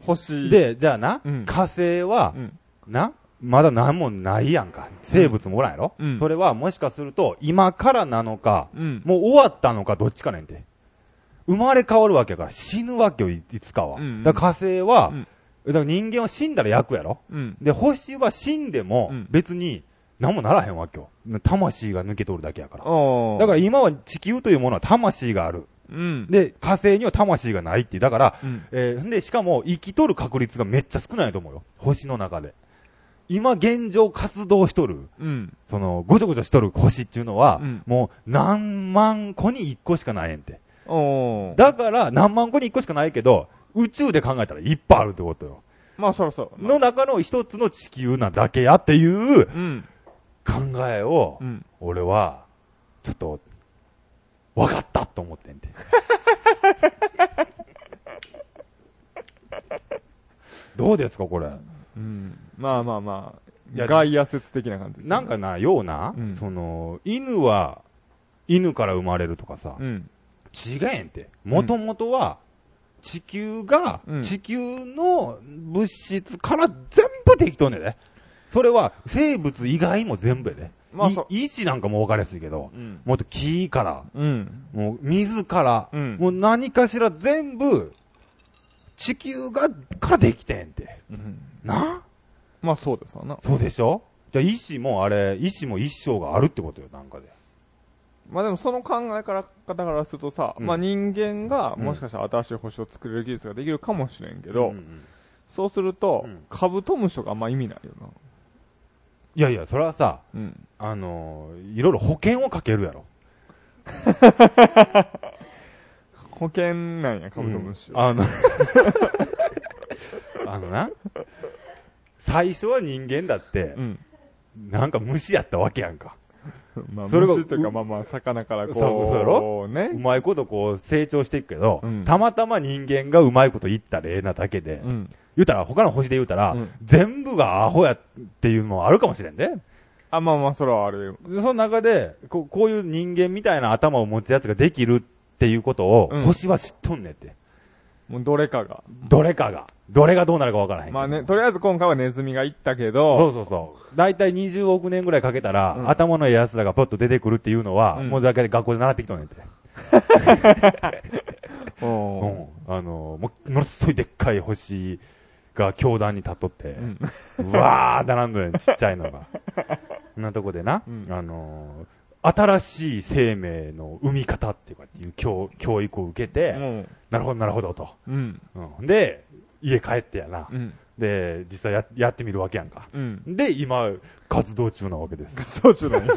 Speaker 1: 星。、
Speaker 2: で、じゃあな、
Speaker 1: うん
Speaker 2: 火星は
Speaker 1: う、ん。
Speaker 2: な、まだ何もないやんか。生物もおらんやろ、
Speaker 1: うん
Speaker 2: それはもしかすると、今からなのか、
Speaker 1: うん。
Speaker 2: もう終わったのかどっちかねんて。生まれ変わるわけやから、死ぬわけよ、いいつかは。
Speaker 1: うんうん
Speaker 2: だから火星は、
Speaker 1: うん
Speaker 2: だから人間は死んだら焼くやろ
Speaker 1: うん。
Speaker 2: で、星は死んでも
Speaker 1: うん、
Speaker 2: 別に、何もならへんわ、今日。魂が抜けとるだけやから。
Speaker 1: お
Speaker 2: だから
Speaker 1: ら、
Speaker 2: 今は地球というものは魂がある。
Speaker 1: うん。
Speaker 2: で、火星には魂がないっていう。だから、
Speaker 1: うん
Speaker 2: えーんで、しかも生きとる確率がめっちゃ少ないと思うよ。星の中で。今現状活動しとる、
Speaker 1: うん。
Speaker 2: その、ごちょごちょしとる星っていうのは、
Speaker 1: うん
Speaker 2: もう何万個に1個しかないねんって。
Speaker 1: おー
Speaker 2: だから何万個に1個しかないけど、宇宙で考えたらいっぱいあるってことよ。
Speaker 1: まあ、そろそろ。
Speaker 2: の中の一つの地球なだけやっていう
Speaker 1: うん。
Speaker 2: 考えを
Speaker 1: う、ん。
Speaker 2: 俺は、ちょっと、わかったと思って んて。どうですか、これ。
Speaker 1: うん。まあまあま
Speaker 2: い
Speaker 1: あ、
Speaker 2: や
Speaker 1: 外野説的な感じですね
Speaker 2: なんか、な、ような、
Speaker 1: うん
Speaker 2: その、犬は、犬から生まれるとかさ
Speaker 1: う、ん。
Speaker 2: 違えんて。もともとは、地球が
Speaker 1: うん、
Speaker 2: 地球の物質から全部できとんねんで。それは、生物以外も全部やで。
Speaker 1: まあ
Speaker 2: い
Speaker 1: そう
Speaker 2: 意志なんかも分かりやすいけど、
Speaker 1: うん。
Speaker 2: もっと木から、
Speaker 1: うん。
Speaker 2: もう水から、
Speaker 1: うん
Speaker 2: もう何かしら全部、地球が、からできてんって。
Speaker 1: うん
Speaker 2: な
Speaker 1: まあ、そうですわな。
Speaker 2: そうでしょじゃあ、意志もあれ、意志も一生があるってことよ、なんかで。
Speaker 1: まあでもその考えから方からするとさ、
Speaker 2: うん
Speaker 1: まあ人間が
Speaker 2: うん
Speaker 1: もしかしたら新しい星を作れる技術ができるかもしれんけど、
Speaker 2: うんうん
Speaker 1: そうすると、
Speaker 2: うん
Speaker 1: カブトムシとかあんま意味ないよな。
Speaker 2: いやいや、それはさ、
Speaker 1: うん。
Speaker 2: あのーいろいろ保険をかけるやろ。
Speaker 1: 保険なんや、カブトムシ
Speaker 2: う
Speaker 1: は
Speaker 2: ん。あの、 あのな、最初は人間だって
Speaker 1: う、ん。
Speaker 2: なんか虫やったわけやんか。
Speaker 1: まあ、
Speaker 2: それが
Speaker 1: 虫というか、まあまあ、魚から
Speaker 2: そうそうや
Speaker 1: こう、
Speaker 2: う
Speaker 1: ね。
Speaker 2: まいことこう成長していくけど、
Speaker 1: うん
Speaker 2: たまたま人間がうまいこと言ったらええなだけで、
Speaker 1: うん。
Speaker 2: 言うたら、他の星で言うたら、
Speaker 1: うん
Speaker 2: 全部がアホやっていうのもあるかもしれんで。
Speaker 1: あ、まあまあ、それはあるよ。
Speaker 2: でその中でこう、こういう人間みたいな頭を持つやつができるっていうことを、
Speaker 1: うん
Speaker 2: 星は知っとんねんって。
Speaker 1: もうどれかが。
Speaker 2: どれかが。どれがどうなるかわからへんけど。
Speaker 1: まあね、とりあえず今回はネズミが行ったけ
Speaker 2: そ
Speaker 1: ど、
Speaker 2: うそうそう。だいたい20億年ぐらいかけたら、
Speaker 1: うん
Speaker 2: 頭のええ奴らがポッと出てくるっていうのは、
Speaker 1: うん
Speaker 2: もうだけで学校で習ってきとんねんて。
Speaker 1: う
Speaker 2: うんん。あの、もうものすごいでっかい星が教団に立っとって、
Speaker 1: うん。
Speaker 2: うわー並ん どるんちっちゃいのが。そんなとこでな、
Speaker 1: うん
Speaker 2: あのー新しい生命の生み方っていうかっていう教教育を受けて、
Speaker 1: うん。
Speaker 2: なるほどなるほどと。
Speaker 1: うん。
Speaker 2: うん、で、家帰ってやな。
Speaker 1: うん。
Speaker 2: で、実際ややってみるわけやんか。
Speaker 1: うん。
Speaker 2: で、今、活動中なわけです。
Speaker 1: そうちゅうのに。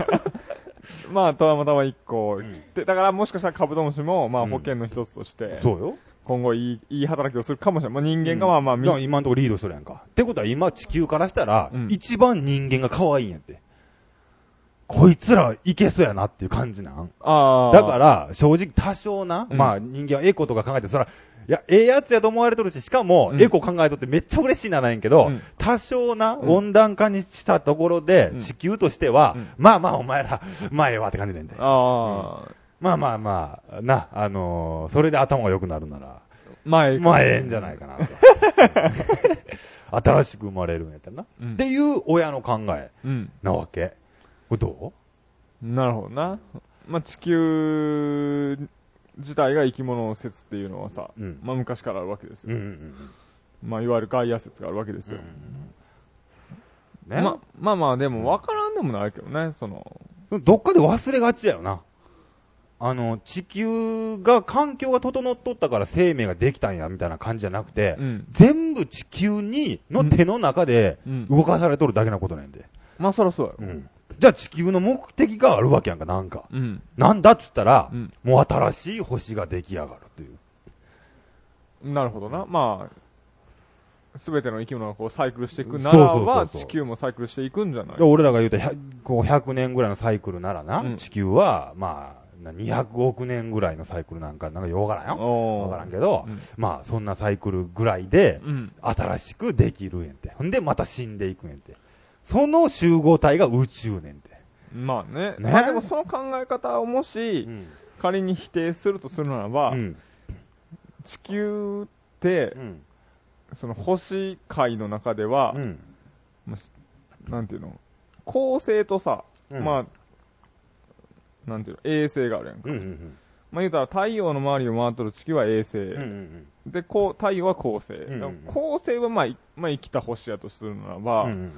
Speaker 1: まあ、たまたま一個、
Speaker 2: ん
Speaker 1: で、だからもしかしたらカブトムシも、ま
Speaker 2: う
Speaker 1: あ
Speaker 2: ん
Speaker 1: 保険の一つとして、
Speaker 2: そうよ。
Speaker 1: 今後いい、いい働きをするかもしれない。まあ人間がまあまあ、
Speaker 2: うん
Speaker 1: み
Speaker 2: だから今のところリードしとるやんか。ってことは今地球からしたら、
Speaker 1: うん
Speaker 2: 一番人間が可愛いんやって。こいつらいけそうやなっていう感じなん。
Speaker 1: ああ。
Speaker 2: だから、正直多少な、
Speaker 1: うん
Speaker 2: まあ人間はエコとか考えて、そら、いや、ええやつやと思われとるし、しかも
Speaker 1: う、ん
Speaker 2: エコ考えとってめっちゃ嬉しいななんやけど、
Speaker 1: うん
Speaker 2: 多少な、
Speaker 1: ん
Speaker 2: 温暖化にしたところで、
Speaker 1: うん
Speaker 2: 地球としては、
Speaker 1: うん
Speaker 2: まあまあお前ら、まあええわって感じねんで。
Speaker 1: ああ、
Speaker 2: まあまあまあ、な、あのーそれで頭が良くなるなら、
Speaker 1: まあ、
Speaker 2: まあええんじゃないかな と。新しく生まれるんやったらな。
Speaker 1: うん
Speaker 2: っていう親の考え
Speaker 1: うん。
Speaker 2: なわけ。これど
Speaker 1: なるほどな。まあ地球自体が生き物説っていうのはさ、
Speaker 2: ううん。
Speaker 1: まあ昔からあるわけです
Speaker 2: うん
Speaker 1: よ。
Speaker 2: うんうん
Speaker 1: まあいわゆる外野説があるわけです
Speaker 2: うん
Speaker 1: よ。。
Speaker 2: ね、
Speaker 1: ままあまあ、でも分からんでもないけどね、その、
Speaker 2: どっかで忘れがちだよな。あの、地球が、環境が整っとったから生命ができたんや、みたいな感じじゃなくて、
Speaker 1: うん。
Speaker 2: 全部地球に、の手の中で
Speaker 1: うん。
Speaker 2: 動かされとるだけなことなんで。
Speaker 1: まあそらそうやろ。
Speaker 2: うんじゃあ地球の目的があるわけやんか、なんか。
Speaker 1: うん。
Speaker 2: なんだっつったら、
Speaker 1: うん
Speaker 2: もう新しい星が出来上がるという。
Speaker 1: なるほどな。まあ、すべての生き物がこうサイクルしていくならば、
Speaker 2: そうそうそうそう
Speaker 1: 地球もサイクルしていくんじゃない
Speaker 2: で俺らが言うと、100こう100年ぐらいのサイクルならな、
Speaker 1: うん
Speaker 2: 地球は、まあ、な200億年ぐらいのサイクルなんか、なんかようわからんよ。
Speaker 1: お
Speaker 2: わからんけど、
Speaker 1: うん
Speaker 2: まあ、そんなサイクルぐらいで、
Speaker 1: うん。
Speaker 2: 新しくできるんやんて。ほんで、また死んでいくんやんて。その集合体が宇宙ねんて。
Speaker 1: まあね。
Speaker 2: ね
Speaker 1: まあでもその考え方をもし、
Speaker 2: ん。
Speaker 1: 仮に否定するとするならば、
Speaker 2: うん。
Speaker 1: 地球って
Speaker 2: う、ん。
Speaker 1: その星界の中では、なんていうの、恒星とさ、
Speaker 2: うん
Speaker 1: まあ、なんていうの、衛星があるやんか。
Speaker 2: うん。うん。
Speaker 1: まあ言うたら太陽の周りを回ってる地球は衛星。
Speaker 2: うん。うん。
Speaker 1: で、こう、太陽は恒星。
Speaker 2: んうん
Speaker 1: 恒星はまあ、いまあ、生きた星やとするならば、
Speaker 2: うん。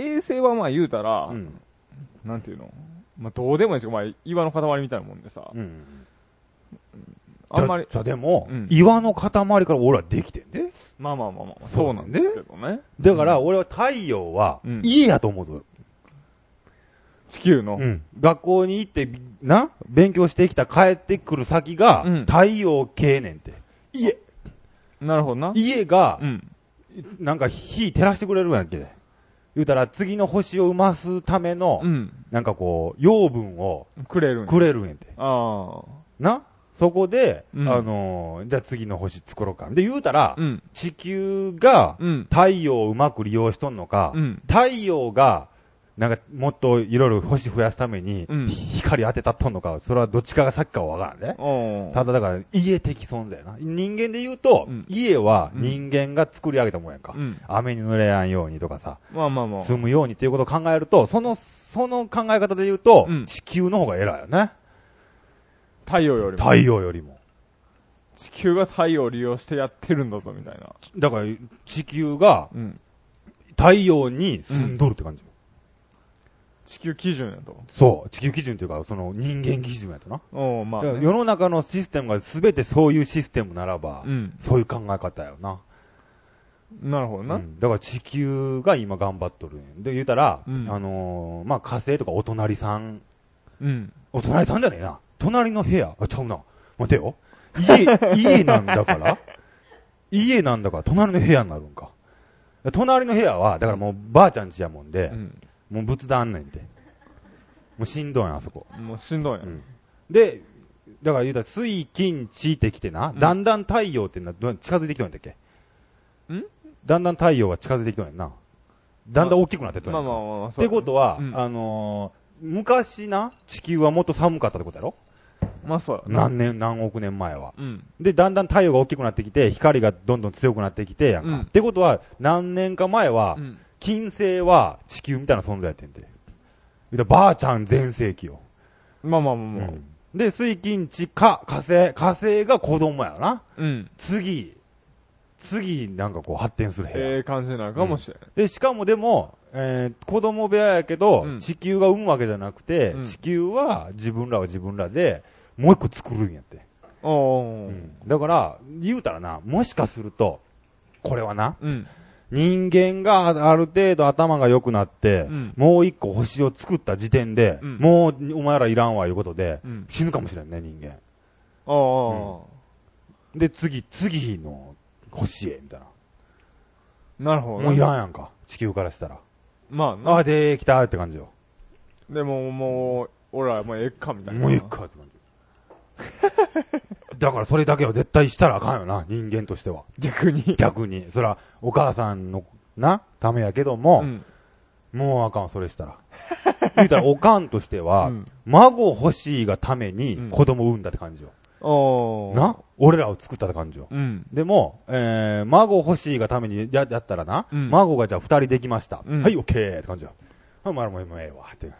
Speaker 1: 衛星はまあ言うたら、
Speaker 2: うん。
Speaker 1: なんていうのまあどうでもいいですけど、まあ岩の塊みたいなもんでさ、
Speaker 2: うん。
Speaker 1: あんまり
Speaker 2: じゃ、じゃでも、
Speaker 1: うん
Speaker 2: 岩の塊から俺はできてんで。
Speaker 1: まあまあまあまあ、
Speaker 2: そ
Speaker 1: そうう
Speaker 2: な
Speaker 1: なんん
Speaker 2: で
Speaker 1: ですけどね。
Speaker 2: だから、
Speaker 1: うん
Speaker 2: 俺は太陽は
Speaker 1: うん、
Speaker 2: 家やと思うぞ。
Speaker 1: 地球の、
Speaker 2: うん学校に行って、な、勉強してきた帰ってくる先が
Speaker 1: うん、
Speaker 2: 太陽系ねんって。家、
Speaker 1: なるほどな。
Speaker 2: 家が
Speaker 1: う、ん。
Speaker 2: なんか火照らしてくれるやんけ。言うたら、次の星を生ますための
Speaker 1: う、ん。
Speaker 2: なんかこう、養分を
Speaker 1: くれるんや
Speaker 2: くれるんやて。
Speaker 1: あ
Speaker 2: なそこで、
Speaker 1: うん
Speaker 2: あのーじゃあ次の星作ろうか。で、言うたら
Speaker 1: あ。、うん。
Speaker 2: 地球が
Speaker 1: うん。
Speaker 2: 太陽をうまく利用しとんのか、
Speaker 1: うん。
Speaker 2: 太陽が、なんか、もっといろいろ星増やすために、
Speaker 1: うん
Speaker 2: 光当てたっとんのか、それはどっちかが先かはわからんね。
Speaker 1: お
Speaker 2: ただだから、家的存在やな。人間で言うと、
Speaker 1: うん
Speaker 2: 家は人間が作り上げたもんやんか。
Speaker 1: うん。
Speaker 2: 雨に濡れやんようにとかさ、
Speaker 1: まあまあまあ。
Speaker 2: 住むようにっていうことを考えると、その、その考え方で言うと、
Speaker 1: うん
Speaker 2: 地球の方が偉いよね。
Speaker 1: 太陽よりも。
Speaker 2: 太陽よりも。
Speaker 1: 地球が太陽を利用してやってるんだぞ、みたいな。
Speaker 2: だから、地球が
Speaker 1: うん。
Speaker 2: 太陽に住んどるって感じ。
Speaker 1: 地球基準やと。
Speaker 2: そう。地球基準というか、その人間基準やとな。
Speaker 1: おんまあ、
Speaker 2: だから世の中のシステムが全てそういうシステムならば、
Speaker 1: うん。
Speaker 2: そういう考え方やよな。
Speaker 1: なるほどな。
Speaker 2: うんだから地球が今頑張っとるんやで、言うたら、
Speaker 1: うん
Speaker 2: あのーまあ、火星とかお隣さん、
Speaker 1: うん。
Speaker 2: お隣さんじゃねえな。隣の部屋。あ、ちゃうな。待てよ。家、家なん だから。家なんだから、隣の部屋になるんか。隣の部屋は、だからもうばあちゃんちやもんで、
Speaker 1: うん。
Speaker 2: もう仏壇あんねんて。もうしんどいんあそこ。
Speaker 1: もうしんどいやん。
Speaker 2: で、だから言うたら、水、金、地ってきてな、
Speaker 1: うん
Speaker 2: だんだん太陽ってな、ど近づいてきとんやったっけ
Speaker 1: ん
Speaker 2: だんだん太陽が近づいてきとんやんな。だんだん大きくなってっとん
Speaker 1: ま
Speaker 2: や
Speaker 1: あ
Speaker 2: ん
Speaker 1: まあまあまあ、
Speaker 2: っ
Speaker 1: そう
Speaker 2: て
Speaker 1: やな
Speaker 2: ことは、
Speaker 1: うん
Speaker 2: あのー昔な、地球はもっと寒かったってことやろ
Speaker 1: まあそうやな。
Speaker 2: 何年、何億年前は。
Speaker 1: うん。
Speaker 2: で、だんだん太陽が大きくなってきて、光がどんどん強くなってきてやんか。
Speaker 1: うん
Speaker 2: ってことは、何年か前は、
Speaker 1: うん。
Speaker 2: 金星は地球みたいな存在やってんて。言うたらばあちゃん全盛期よ。
Speaker 1: まあまあまあまあ。
Speaker 2: で、水金地火、火星。火星が子供やな。
Speaker 1: うん。
Speaker 2: 次、次なんかこう発展する部屋。
Speaker 1: ええ感じになるかもしれない。
Speaker 2: で、しかもでも、えー子供部屋やけど、
Speaker 1: うん
Speaker 2: 地球が産むわけじゃなくて、
Speaker 1: うん
Speaker 2: 地球は自分らは自分らで、もう一個作るんやって。
Speaker 1: おー
Speaker 2: だから、言うたらな、もしかすると、これはな、
Speaker 1: うん。
Speaker 2: 人間があある程度頭が良くなって、
Speaker 1: うん
Speaker 2: もう一個星を作った時点で、
Speaker 1: うん
Speaker 2: もうお前らいらんわいうことで、
Speaker 1: うん。
Speaker 2: 死ぬかもしれんね、人間。
Speaker 1: ああ、
Speaker 2: で、次、次の星へ、みたいな。
Speaker 1: なるほど。
Speaker 2: もういらんやんか、地球からしたら。
Speaker 1: まあな
Speaker 2: あ、できたって感じよ。
Speaker 1: でももう、俺らもうええかみたいな。
Speaker 2: もういっ。かって感じ。だからそれだけは絶対したらあかんよな、人間としては。
Speaker 1: 逆に。
Speaker 2: 逆に。そら、お母さんの、な、ためやけども、
Speaker 1: うん。
Speaker 2: もうあかん、それしたら。言うたら、おかんとして は、
Speaker 1: うん
Speaker 2: 孫欲しいがために
Speaker 1: うん
Speaker 2: 子供産んだって感じよ。
Speaker 1: おー
Speaker 2: な俺らを作ったって感じよ。
Speaker 1: うん。
Speaker 2: でも、えー、孫欲しいがためにややったらな、
Speaker 1: うん
Speaker 2: 孫がじゃあ二人できました。
Speaker 1: うん
Speaker 2: はい、オッケーって感じよ。あ、まあ、もうもうええわ、って。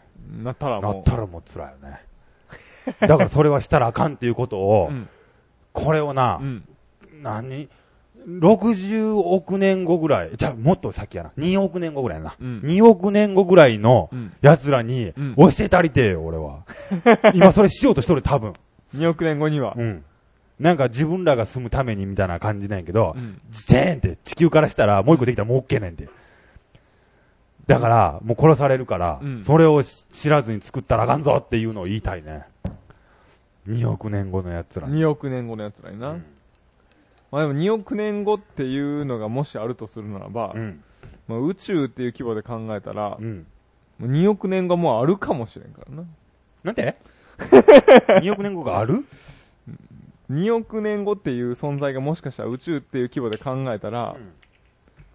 Speaker 1: なったら
Speaker 2: な
Speaker 1: もう。
Speaker 2: ったらもう辛いよね。だからそれはしたらあかんっていうことを、
Speaker 1: うん。
Speaker 2: これをな
Speaker 1: う、ん。
Speaker 2: 何 ?60 億年後ぐらい、じゃあもっと先やな。2億年後ぐらいやな。
Speaker 1: うん
Speaker 2: 2億年後ぐらいの
Speaker 1: うん。
Speaker 2: 奴らに
Speaker 1: うん
Speaker 2: 教えてありてえよ、俺は。今それしようとしとる、多分。
Speaker 1: 2億年後には。
Speaker 2: うん。なんか自分らが住むためにみたいな感じなんやけど
Speaker 1: う、ん。
Speaker 2: ジェーンって地球からしたらもう一個できたらもう OK ねんて。だから、もう殺されるから、
Speaker 1: うん
Speaker 2: それを知らずに作ったらあかんぞっていうのを言いたいね。2億年後の奴らに。
Speaker 1: 2億年後のやつらにな。
Speaker 2: うん
Speaker 1: まあでも2億年後っていうのがもしあるとするならば、
Speaker 2: うん。
Speaker 1: まあ、宇宙っていう規模で考えたら
Speaker 2: う、ん。
Speaker 1: もう2億年後もあるかもしれんからな。
Speaker 2: な んて ?2 億年後がある
Speaker 1: 2億年後っていう存在がもしかしたら宇宙っていう規模で考えたら、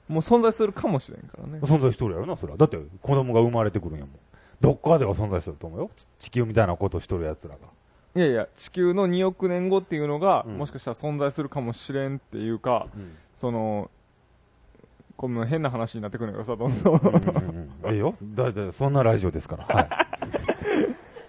Speaker 1: もう存在するかもしれんからね。
Speaker 2: 存在しとるやろな、それは。だって子供が生まれてくるんやもん。どっかでは存在しとると思うよ。ち地球みたいなことをしとる奴らが。
Speaker 1: いやいや、地球の2億年後っていうのが、
Speaker 2: うん
Speaker 1: もしかしたら存在するかもしれんっていうか、
Speaker 2: うん。
Speaker 1: その、この変な話になってくるんだけどさ、どんどん。
Speaker 2: うん ええよ。だいたいそんなラジオですから。は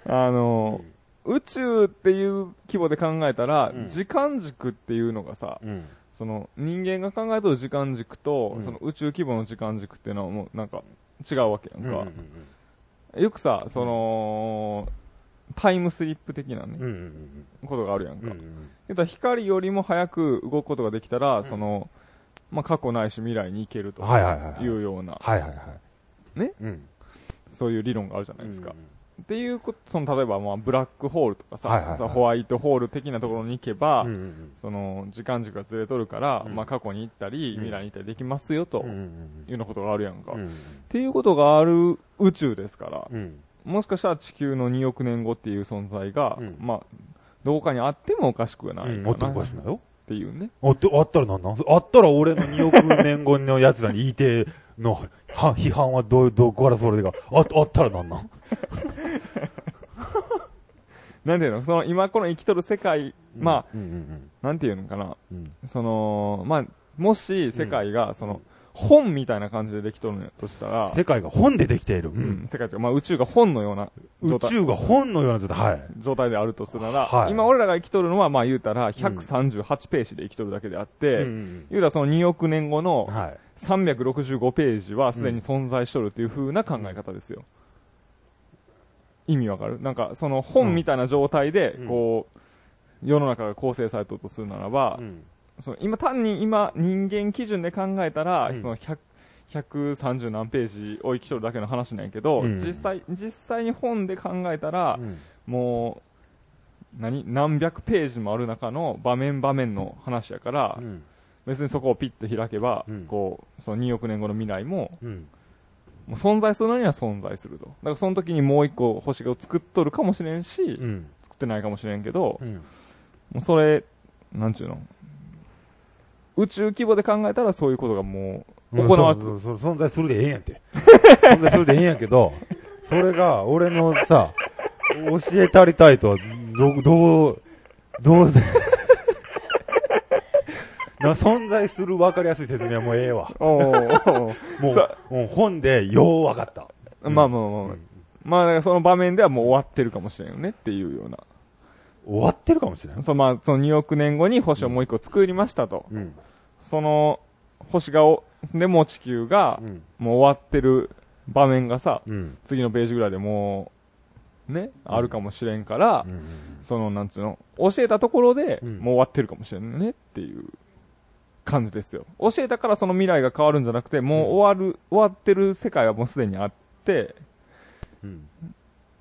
Speaker 1: あの、宇宙っていう規模で考えたら、
Speaker 2: うん
Speaker 1: 時間軸っていうのがさ、
Speaker 2: い。うん。
Speaker 1: その人間が考えとる時間軸と、
Speaker 2: うん
Speaker 1: その宇宙規模の時間軸っていうのはもうなんか違うわけやん
Speaker 2: うんうん
Speaker 1: か。よくさ、その、タイムスリップ的なね、
Speaker 2: うんうん
Speaker 1: ことがあるやん
Speaker 2: うんうんうん
Speaker 1: か。
Speaker 2: うん
Speaker 1: 言うたら光よりも早く動くことができたら、
Speaker 2: ん
Speaker 1: その、まあ、過去ないし未来に行けると
Speaker 2: はいはいはいはい
Speaker 1: いうような、
Speaker 2: はいはいはい。
Speaker 1: ね
Speaker 2: うん。
Speaker 1: そういう理論があるじゃないですか。
Speaker 2: うん
Speaker 1: っていうこと、その、例えば、まあ、ブラックホールとかさ、
Speaker 2: はいはいはい
Speaker 1: さホワイトホール的なところに行けば、
Speaker 2: うんうん
Speaker 1: その、時間軸がずれとるから、
Speaker 2: うん
Speaker 1: まあ、過去に行ったり、
Speaker 2: うん
Speaker 1: 未来に行ったりできますよ、と
Speaker 2: うんう
Speaker 1: いうんようなことがあるやんか。
Speaker 2: う
Speaker 1: っ
Speaker 2: ん
Speaker 1: ていうことがある宇宙ですから、
Speaker 2: うん
Speaker 1: もしかしたら地球の2億年後っていう存在が、
Speaker 2: うん
Speaker 1: まあ、どこかにあってもおかしくはない
Speaker 2: うん。
Speaker 1: か
Speaker 2: あった
Speaker 1: な
Speaker 2: らおか
Speaker 1: っ
Speaker 2: しないよ。
Speaker 1: ていうね。
Speaker 2: あってあったらなんなんあったら俺の2億年後のやつらに言いてえのは批判はどう、どこからそれが、ああったらなんなん
Speaker 1: なんていうの、その今この生きとる世界、まあ、
Speaker 2: うんうん
Speaker 1: なんていうのかな、
Speaker 2: うんうん。
Speaker 1: その、まあ、もし世界が、その、本みたいな感じでできとるんやとしたら、
Speaker 2: 世界が本でできている。う
Speaker 1: うんん、世界というか、まあ、宇宙が本のような
Speaker 2: 宇
Speaker 1: 状態
Speaker 2: 宙が本のような状態。はい。
Speaker 1: 状態であるとするなら、
Speaker 2: はい
Speaker 1: 今俺らが生きとるのは、まあ言うたら138ページで生きとるだけであって、
Speaker 2: うん
Speaker 1: 言うたらその2億年後の
Speaker 2: はい。
Speaker 1: 365ページはすでに存在しとるという風な考え方ですよ。意味わかるなんかその本みたいな状態で
Speaker 2: うん、
Speaker 1: こう、世の中が構成されとるとするならば、その今単に今人間基準で考えたら、
Speaker 2: うん
Speaker 1: その100 130何ページを生きとるだけの話なんやけど、
Speaker 2: うん
Speaker 1: 実際、実際に本で考えたら
Speaker 2: う、ん
Speaker 1: もう、何何百ページもある中の場面場面の話やから、
Speaker 2: うん
Speaker 1: 別にそこをピッと開けば、
Speaker 2: うん
Speaker 1: こう、その2億年後の未来も、
Speaker 2: うん
Speaker 1: もう存在するのには存在すると。だからその時にもう一個星を作っとるかもしれんし、
Speaker 2: うん
Speaker 1: 作ってないかもしれんけど、
Speaker 2: うん
Speaker 1: もうそれ、なんちゅうの。宇宙規模で考えたらそういうことがもう、行われて
Speaker 2: そうそうそう存在するでええんやん て。存在するでええんやけど、それが俺のさ、教えたりたいとは、ど、どう、どう、 な存在する分かりやすい説明はもうええわ。
Speaker 1: お ー
Speaker 2: も
Speaker 1: さ
Speaker 2: う、もう本でよう分かった。
Speaker 1: まあまあまあまあ。
Speaker 2: うん
Speaker 1: まあ、だからその場面ではもう終わってるかもしれんよねっていうような。
Speaker 2: 終わってるかもしれん。
Speaker 1: そう、まあ、その2億年後に星をもう一個作りましたと。
Speaker 2: うん。
Speaker 1: その、星がお、でもう地球が、
Speaker 2: ん。
Speaker 1: もう終わってる場面がさ、
Speaker 2: うん。
Speaker 1: 次のページぐらいでもう、ね、あるかもしれんから、
Speaker 2: うん
Speaker 1: その、なんつうの、教えたところで、
Speaker 2: うん
Speaker 1: もう終わってるかもしれんねっていう感じですよ。教えたからその未来が変わるんじゃなくて、もう終わる、終わってる世界はもうすでにあって、
Speaker 2: うん。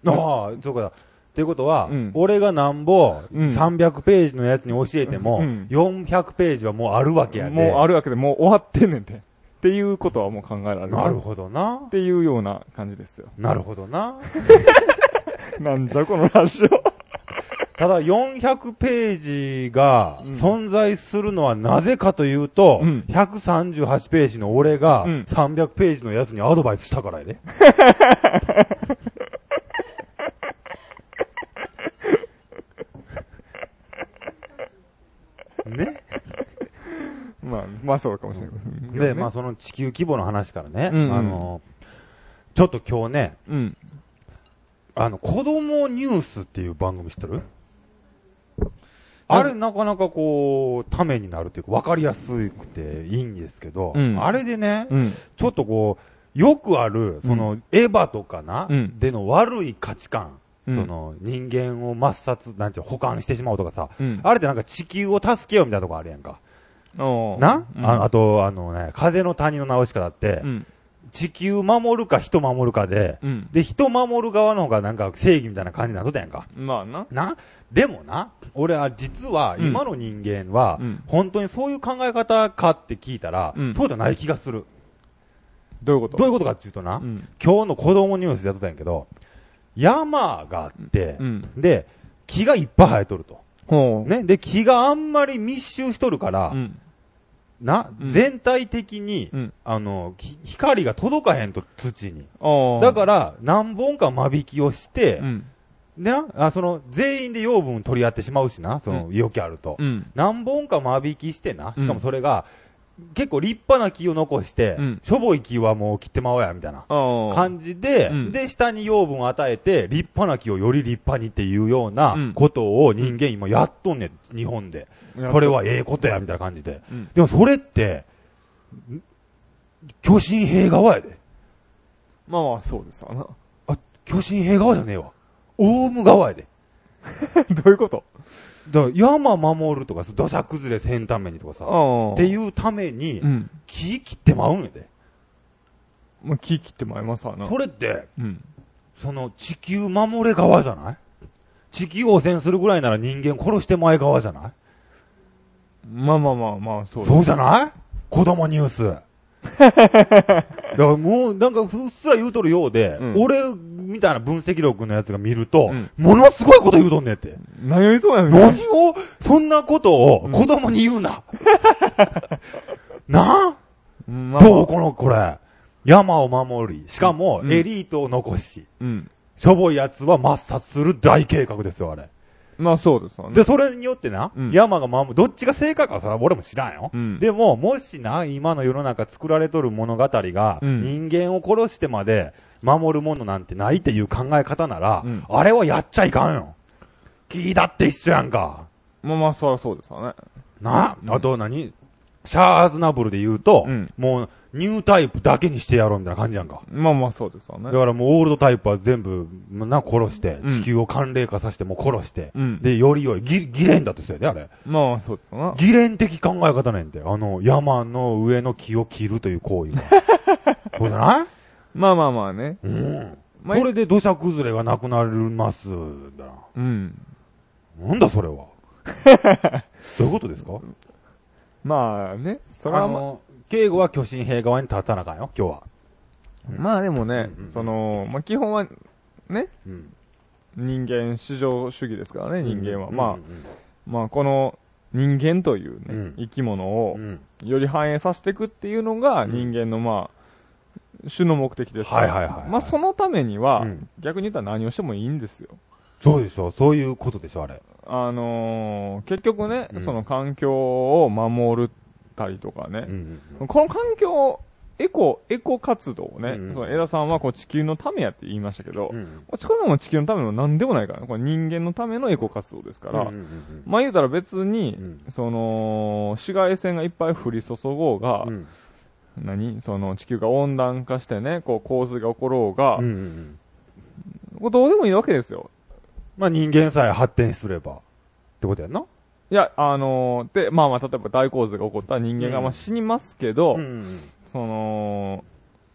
Speaker 2: ああ、そうかだ。っていうことは、
Speaker 1: うん
Speaker 2: 俺がなんぼ
Speaker 1: うん
Speaker 2: 300ページのやつに教えても、
Speaker 1: うん
Speaker 2: 400ページはもうあるわけやで。
Speaker 1: もうあるわけで、もう終わってんねんて。っていうことはもう考えられる。
Speaker 2: なるほどな
Speaker 1: っ。ていうような感じですよ。
Speaker 2: なるほどな。
Speaker 1: なんじゃこのラジオ。
Speaker 2: ただ400ページが
Speaker 1: うん
Speaker 2: 存在するのはなぜかというと、
Speaker 1: うん
Speaker 2: 138ページの俺が
Speaker 1: うん
Speaker 2: 300ページのやつにアドバイスしたからや で。ね
Speaker 1: まあ、まあそうかもしれないけどね。
Speaker 2: で、まあその地球規模の話からね、
Speaker 1: うんうん
Speaker 2: あの、ちょっと今日ね、
Speaker 1: うん。
Speaker 2: あの、子供ニュースっていう番組知ってるあれなかなかこう、ためになるというか、わかりやすくていいんですけど、
Speaker 1: うん
Speaker 2: あれでね、
Speaker 1: うん。
Speaker 2: ちょっとこう、よくある、その、エヴァとかな、
Speaker 1: うん
Speaker 2: での悪い価値観、
Speaker 1: うん
Speaker 2: その、人間を抹殺、なんちゅう、保管してしまうとかさ、
Speaker 1: うん。
Speaker 2: あれってなんか地球を助けようみたいなとこあるやんか。
Speaker 1: おー
Speaker 2: な、
Speaker 1: うん
Speaker 2: ああと、あのね、風の谷の直し方だって、
Speaker 1: うん。
Speaker 2: 地球守るか人守るかで、
Speaker 1: うん。
Speaker 2: で、人守る側の方がなんか正義みたいな感じになっとったやんか。
Speaker 1: まあな。
Speaker 2: な、でもな、俺は実は
Speaker 1: うん
Speaker 2: 今の人間は
Speaker 1: うん、
Speaker 2: 本当にそういう考え方かって聞いたら、
Speaker 1: うん
Speaker 2: そうじゃない気がする。
Speaker 1: どういうこと
Speaker 2: どういうことかっていうとな、
Speaker 1: うん。
Speaker 2: 今日の子供ニュースでやっとったんやけど、山があって、
Speaker 1: うん。
Speaker 2: で、木がいっぱい生えとると。
Speaker 1: ほう。
Speaker 2: ね、で、木があんまり密集しとるから、
Speaker 1: うん。
Speaker 2: な、
Speaker 1: うん
Speaker 2: 全体的に、
Speaker 1: うん
Speaker 2: あの、き光が届かへんと、土に。
Speaker 1: おー
Speaker 2: だから、何本か間引きをして、
Speaker 1: うん。
Speaker 2: でな、あその、全員で養分取り合ってしまうしな、その、余気あると。
Speaker 1: うん。
Speaker 2: 何本か間引きしてな、
Speaker 1: うん
Speaker 2: しかもそれが、結構立派な木を残して、
Speaker 1: うん
Speaker 2: しょぼい木はもう切ってまおうや、みたいな
Speaker 1: おー
Speaker 2: 感じで、
Speaker 1: うん
Speaker 2: で、下に養分を与えて、立派な木をより立派にっていうような
Speaker 1: うん
Speaker 2: ことを人間今やっとんねん、日本で。これ。はええことや、みたいな感じで。
Speaker 1: うん。
Speaker 2: でもそれって、ん巨神兵側やで。
Speaker 1: まあまあ、そうですわ な。
Speaker 2: 巨神兵側じゃねえわ。オウム側やで。
Speaker 1: どういうこと
Speaker 2: だから山守るとかさ、土砂崩れせんためにとかさ、
Speaker 1: あ
Speaker 2: っていうために
Speaker 1: う、ん。
Speaker 2: 木切ってまうんやで。
Speaker 1: まあ、木切ってまいりますわな
Speaker 2: そ。れって、
Speaker 1: うん。
Speaker 2: その地球守れ側じゃない地球汚染するぐらいなら人間殺して前側じゃない
Speaker 1: まあまあまあまあ、そうです。
Speaker 2: そうじゃない子供ニュース。 だからもう、なんか、ふっすら言うとるようで、
Speaker 1: うん
Speaker 2: 俺みたいな分析力のやつが見ると、
Speaker 1: うん
Speaker 2: ものすごいこと言うとんねんって。
Speaker 1: 何を言うとんやみたいな
Speaker 2: 何を、そんなことを子供に言う な。な
Speaker 1: うんまあまあ
Speaker 2: あどうこの、これ。山を守り、しかも
Speaker 1: う、ん
Speaker 2: エリートを残し、
Speaker 1: うん。
Speaker 2: しょぼい奴は抹殺する大計画ですよ、あれ。
Speaker 1: まあそうですわね。
Speaker 2: で、それによってな、
Speaker 1: うん
Speaker 2: 山が守る、どっちが正解かはそれは俺も知らんよ。
Speaker 1: うん
Speaker 2: でも、もしな、今の世の中作られとる物語が、
Speaker 1: うん
Speaker 2: 人間を殺してまで守るものなんてないっていう考え方なら、
Speaker 1: うん
Speaker 2: あれはやっちゃいかんよ。木だって一緒やんか。
Speaker 1: まあまあ、そりゃそうですわね。
Speaker 2: な、
Speaker 1: うん
Speaker 2: あと何シャアーズナブルで言うと、
Speaker 1: うん
Speaker 2: もう、ニュータイプだけにしてやろうみたいな感じやんか。
Speaker 1: まあまあ、そうですわ
Speaker 2: だ
Speaker 1: ね。
Speaker 2: からもうオールドタイプは全部、な、殺して、
Speaker 1: うん
Speaker 2: 地球を寒冷化させてもう殺して、
Speaker 1: うん。
Speaker 2: で、より良い、ギギレンだってそうやで、あれ。
Speaker 1: まあまあ、そうですわな。
Speaker 2: 議連的考え方なんて、あの、山の上の木を切るという行為 が。そうじゃない
Speaker 1: まあまあまあね。
Speaker 2: うん。そ
Speaker 1: まあ
Speaker 2: れで土砂崩れがなくなります。だ
Speaker 1: うん。
Speaker 2: な。なんだそ れは。どういうことですか
Speaker 1: まあね。そ
Speaker 2: あ
Speaker 1: れはまあ、
Speaker 2: の、敬語は巨神兵側に立たなあかんよ、今日は。
Speaker 1: まあでもね
Speaker 2: うんうん、
Speaker 1: その、まあ基本は、ね、
Speaker 2: うん。
Speaker 1: 人間至上主義ですからね、人間は。ま
Speaker 2: あ、
Speaker 1: あ、まあこの人間というね、
Speaker 2: うん
Speaker 1: 生き物
Speaker 2: う
Speaker 1: を
Speaker 2: ん。
Speaker 1: より繁栄させていくっていうのが
Speaker 2: うん
Speaker 1: 人間のまあ、主の目的ですから。
Speaker 2: はいはいはいはい
Speaker 1: まあそのためには、
Speaker 2: うん
Speaker 1: 逆に言ったら何をしてもいいんですよ。
Speaker 2: そうでしょ、そういうことでしょ、あれ。
Speaker 1: あのー結局ね、
Speaker 2: うん
Speaker 1: その環境を守ったりとかね、
Speaker 2: ん。
Speaker 1: この環境、エコ、エコ活動をね、
Speaker 2: うん
Speaker 1: その枝さんはこう地球のためやって言いましたけど、
Speaker 2: ん。
Speaker 1: これも地球のための何でもないからね、これ人間のためのエコ活動ですから、
Speaker 2: うんうん
Speaker 1: まあ言うたら別に、
Speaker 2: うん
Speaker 1: その、紫外線がいっぱい降り注ごうが、
Speaker 2: うん。
Speaker 1: 何その地球が温暖化してね、こう洪水が起ころうが、
Speaker 2: うんうんうん。
Speaker 1: これどうでもいいわけですよ。
Speaker 2: まあ人間さえ発展すれば。ってことやんない
Speaker 1: や、あのーで、まあまあ、例えば大洪水が起こったら人間がま
Speaker 2: う
Speaker 1: あ
Speaker 2: ん
Speaker 1: 死にますけど、
Speaker 2: ん。
Speaker 1: その、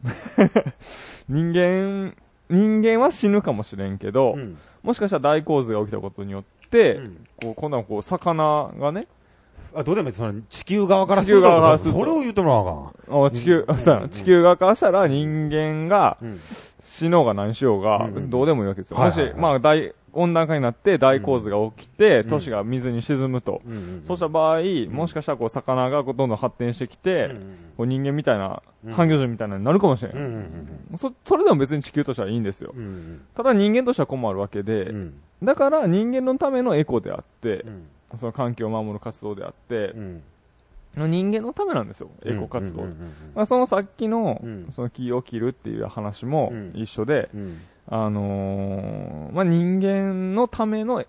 Speaker 1: 人間、人間は死ぬかもしれんけど、
Speaker 2: ん。
Speaker 1: もしかしたら大洪水が起きたことによって、
Speaker 2: うん
Speaker 1: こう、こんなこう、魚がね、
Speaker 2: あ、どうでもいい、その、地球側から
Speaker 1: 地球側からす
Speaker 2: す
Speaker 1: る
Speaker 2: る
Speaker 1: と
Speaker 2: とそれを言うともらわ
Speaker 1: あ地球、
Speaker 2: うん
Speaker 1: そうやな地球側からしたら人間が
Speaker 2: あかん。うん。
Speaker 1: 死のうが何しようが
Speaker 2: う、ん
Speaker 1: 別にどうでもいいわけですよ。
Speaker 2: はい
Speaker 1: も
Speaker 2: はいはい
Speaker 1: し、まあ、大、温暖化になって大洪水が起きて、
Speaker 2: うん
Speaker 1: 都市が水に沈むと。
Speaker 2: うん
Speaker 1: そうした場合、もしかしたらこう、魚がこうどんどん発展してきて、こう人間みたいな、
Speaker 2: うん
Speaker 1: 半魚人みたいなのになるかもしれ。
Speaker 2: うんん。
Speaker 1: そ、それでも別に地球としてはいいんですよ。
Speaker 2: うん。うん。
Speaker 1: ただ人間としては困るわけで、
Speaker 2: うん。
Speaker 1: だから人間のためのエコであって
Speaker 2: う、ん。
Speaker 1: その環境を守る活動であって、
Speaker 2: うん。
Speaker 1: 人間のためなんですよ、エコ活動。
Speaker 2: うんうん
Speaker 1: まあ、そのさっきの、
Speaker 2: うん
Speaker 1: その木を切るっていう話も
Speaker 2: うん
Speaker 1: 一緒で、
Speaker 2: うんうん。
Speaker 1: あのーまあ、人間のための、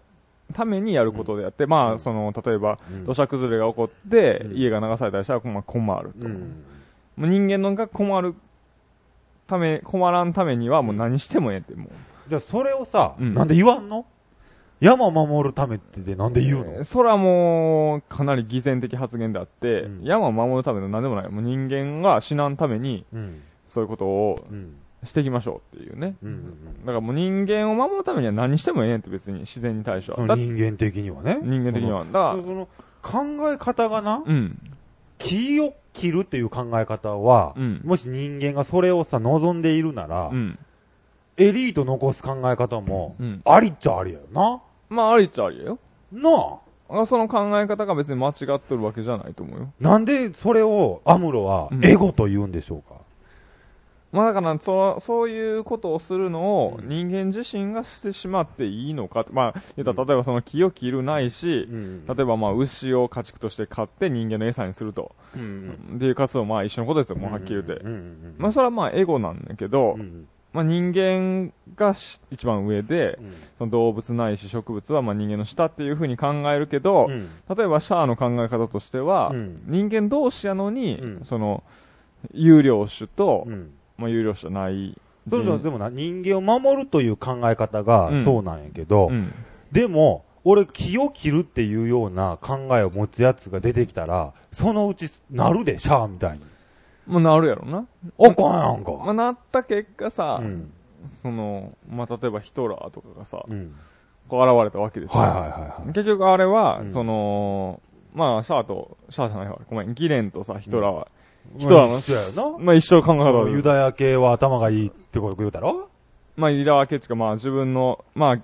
Speaker 1: ためにやることであって、ま
Speaker 2: う
Speaker 1: あ、
Speaker 2: ん
Speaker 1: その、例えば、
Speaker 2: うん
Speaker 1: 土砂崩れが起こって、
Speaker 2: うん
Speaker 1: 家が流されたりしたら、まあ、困ると。
Speaker 2: うん。
Speaker 1: もう人間のが困るため、困らんためには、もう何してもええって、もう。
Speaker 2: じゃあ、それをさ、
Speaker 1: うん
Speaker 2: なんで言わんの山を守るためってでなんで言う
Speaker 1: えー
Speaker 2: の
Speaker 1: それはもう、かなり偽善的発言であって、
Speaker 2: うん
Speaker 1: 山を守るための何でもない。もう人間が死なんために、
Speaker 2: うん。
Speaker 1: そういうことを
Speaker 2: うん。
Speaker 1: していきましょうっていうね。
Speaker 2: うん。
Speaker 1: だからもう人間を守るためには何してもええんって別に、自然に対して
Speaker 2: そ
Speaker 1: は。だ
Speaker 2: の
Speaker 1: って
Speaker 2: 人間的にはね。
Speaker 1: 人間的には。だか
Speaker 2: そ
Speaker 1: ら
Speaker 2: の。、その考え方がな、
Speaker 1: うん。
Speaker 2: 木を切るっていう考え方は
Speaker 1: うん、
Speaker 2: もし人間がそれをさ、望んでいるなら
Speaker 1: う、ん。
Speaker 2: エリート残す考え方も
Speaker 1: う、ん。
Speaker 2: ありっちゃありやよな。
Speaker 1: まあ、ありっちゃありやよ。
Speaker 2: なあ。
Speaker 1: あその考え方が別に間違っとるわけじゃないと思うよ。
Speaker 2: なんでそれをアムロは
Speaker 1: うん
Speaker 2: エゴと言うんでしょうか、
Speaker 1: まあだから、そう、そういうことをするのを
Speaker 2: うん
Speaker 1: 人間自身がしてしまっていいのかって。まあ、言ったら例えばその木を切るないし、例えばまあ牛を家畜として飼って人間の餌にすると。
Speaker 2: うん
Speaker 1: っていう活動まあ一緒のことですよ、もうはっきり言って。まあそれはまあエゴなんだけど、
Speaker 2: うん
Speaker 1: まあ人間がし一番上で、その動物ないし植物はまあ人間の下っていうふうに考えるけど、例えばシャアの考え方としては、
Speaker 2: うん
Speaker 1: 人間同士やのに、
Speaker 2: うん
Speaker 1: その、有料種と、
Speaker 2: うん
Speaker 1: まあ有料種じゃない
Speaker 2: それ
Speaker 1: 人
Speaker 2: でもな、人間を守るという考え方が
Speaker 1: うん
Speaker 2: そうなんやけど、
Speaker 1: うん。
Speaker 2: でも、俺、木を切るっていうような考えを持つやつが出てきたら、そのうちなるで、シャアみたいに。
Speaker 1: まあ、なるやろな。
Speaker 2: あかんやん
Speaker 1: まあ、
Speaker 2: か。
Speaker 1: なった結果さ
Speaker 2: う、ん。
Speaker 1: その、まあ、例えばヒトラーとかがさ、
Speaker 2: うん。
Speaker 1: こう現れたわけですよ
Speaker 2: はいはいはいはい。
Speaker 1: 結局あれは、
Speaker 2: うん
Speaker 1: その、まあ、シャアと、シャアじゃないわ、ごめん、ギレンとさ、ヒトラーは、ヒトラーの
Speaker 2: そうやな。
Speaker 1: まあ一生考え方
Speaker 2: ユ
Speaker 1: で、
Speaker 2: ダヤ系は頭がいいってこと言うだろ
Speaker 1: まあ、イラー系っていうか、まあ自分の、まあ、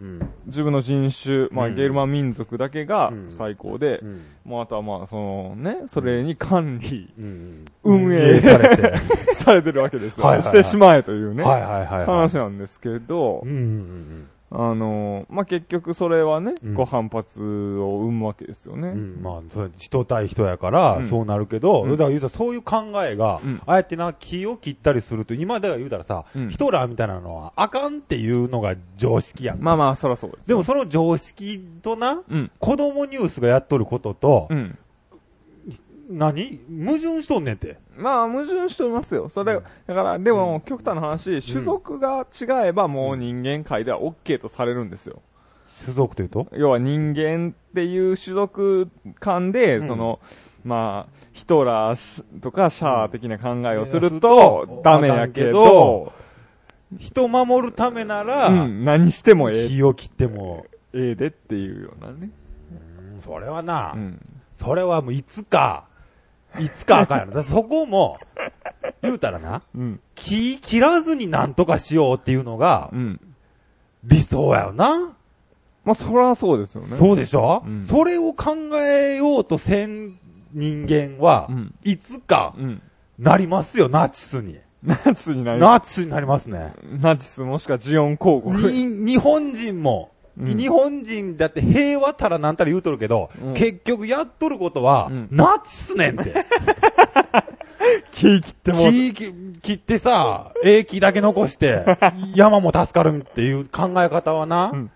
Speaker 2: うん。
Speaker 1: 自分の人種、まあ、
Speaker 2: うん
Speaker 1: ゲルマン民族だけが
Speaker 2: うん
Speaker 1: 最高で、
Speaker 2: うん。
Speaker 1: もうあとはまあ、そのね、それに管 理
Speaker 2: うん。
Speaker 1: 運営
Speaker 2: されて。
Speaker 1: されてるわけですよ。
Speaker 2: はいはい
Speaker 1: し
Speaker 2: はい
Speaker 1: てしまえというね、
Speaker 2: はいはいはいはい。
Speaker 1: 話なんですけど
Speaker 2: うん、うんうん
Speaker 1: あの、まあ結局それはね、
Speaker 2: うん
Speaker 1: こう反発を生むわけですよね。
Speaker 2: うん。うん。まあ、それ人対人やから
Speaker 1: う、ん
Speaker 2: そうなるけど、
Speaker 1: うん
Speaker 2: だから言うたらそういう考えが
Speaker 1: うん、
Speaker 2: ああやってな、木を切ったりすると、今では言うたらさ
Speaker 1: うん、
Speaker 2: ヒトラーみたいなのはあかんっていうのが常識やん。
Speaker 1: まあまあ、そらそうです。
Speaker 2: でも、その常識とな、
Speaker 1: うん。
Speaker 2: 子供ニュースがやっとることと
Speaker 1: う、ん。
Speaker 2: 何矛盾しとんねんて。
Speaker 1: まあ、矛盾しておりますよ。それだだから、でも、極端な話、種族が違えばもう人間界では OK とされるんですよ。
Speaker 2: 種族というと
Speaker 1: 要は人間っていう種族間で、
Speaker 2: うん
Speaker 1: その、まあ、ヒトラーとかシャア的な考えをする
Speaker 2: う
Speaker 1: と
Speaker 2: ん、
Speaker 1: ダメやけど、
Speaker 2: 人守るためなら、
Speaker 1: うん、何してもええ、
Speaker 2: 気を切っても、
Speaker 1: ええでっていうようなね。
Speaker 2: それはな、
Speaker 1: うん。
Speaker 2: それはもういつか、いつかあかんやろ。だからそこも、言うたらな、
Speaker 1: うん。
Speaker 2: 気切らずになんとかしようっていうのが
Speaker 1: うん。
Speaker 2: 理想やよな。
Speaker 1: まあ、そらそうですよね。
Speaker 2: そうでしょ、
Speaker 1: うん
Speaker 2: それを考えようとせん人間は、
Speaker 1: うん
Speaker 2: いつか
Speaker 1: うん。
Speaker 2: なりますよ、ナチスに。
Speaker 1: ナチスになり
Speaker 2: ナチスになりますね。
Speaker 1: ナチスもしくはジオン候補。
Speaker 2: に日本人
Speaker 1: う
Speaker 2: も、
Speaker 1: ん
Speaker 2: 日本人だって平和たらなんたら言うとるけど、
Speaker 1: うん
Speaker 2: 結局やっとることは、
Speaker 1: うん
Speaker 2: ナチスねんって。
Speaker 1: 気切ってもう
Speaker 2: 木切切ってさ、英気だけ残して、 山も助かるっていう考え方はな、
Speaker 1: うん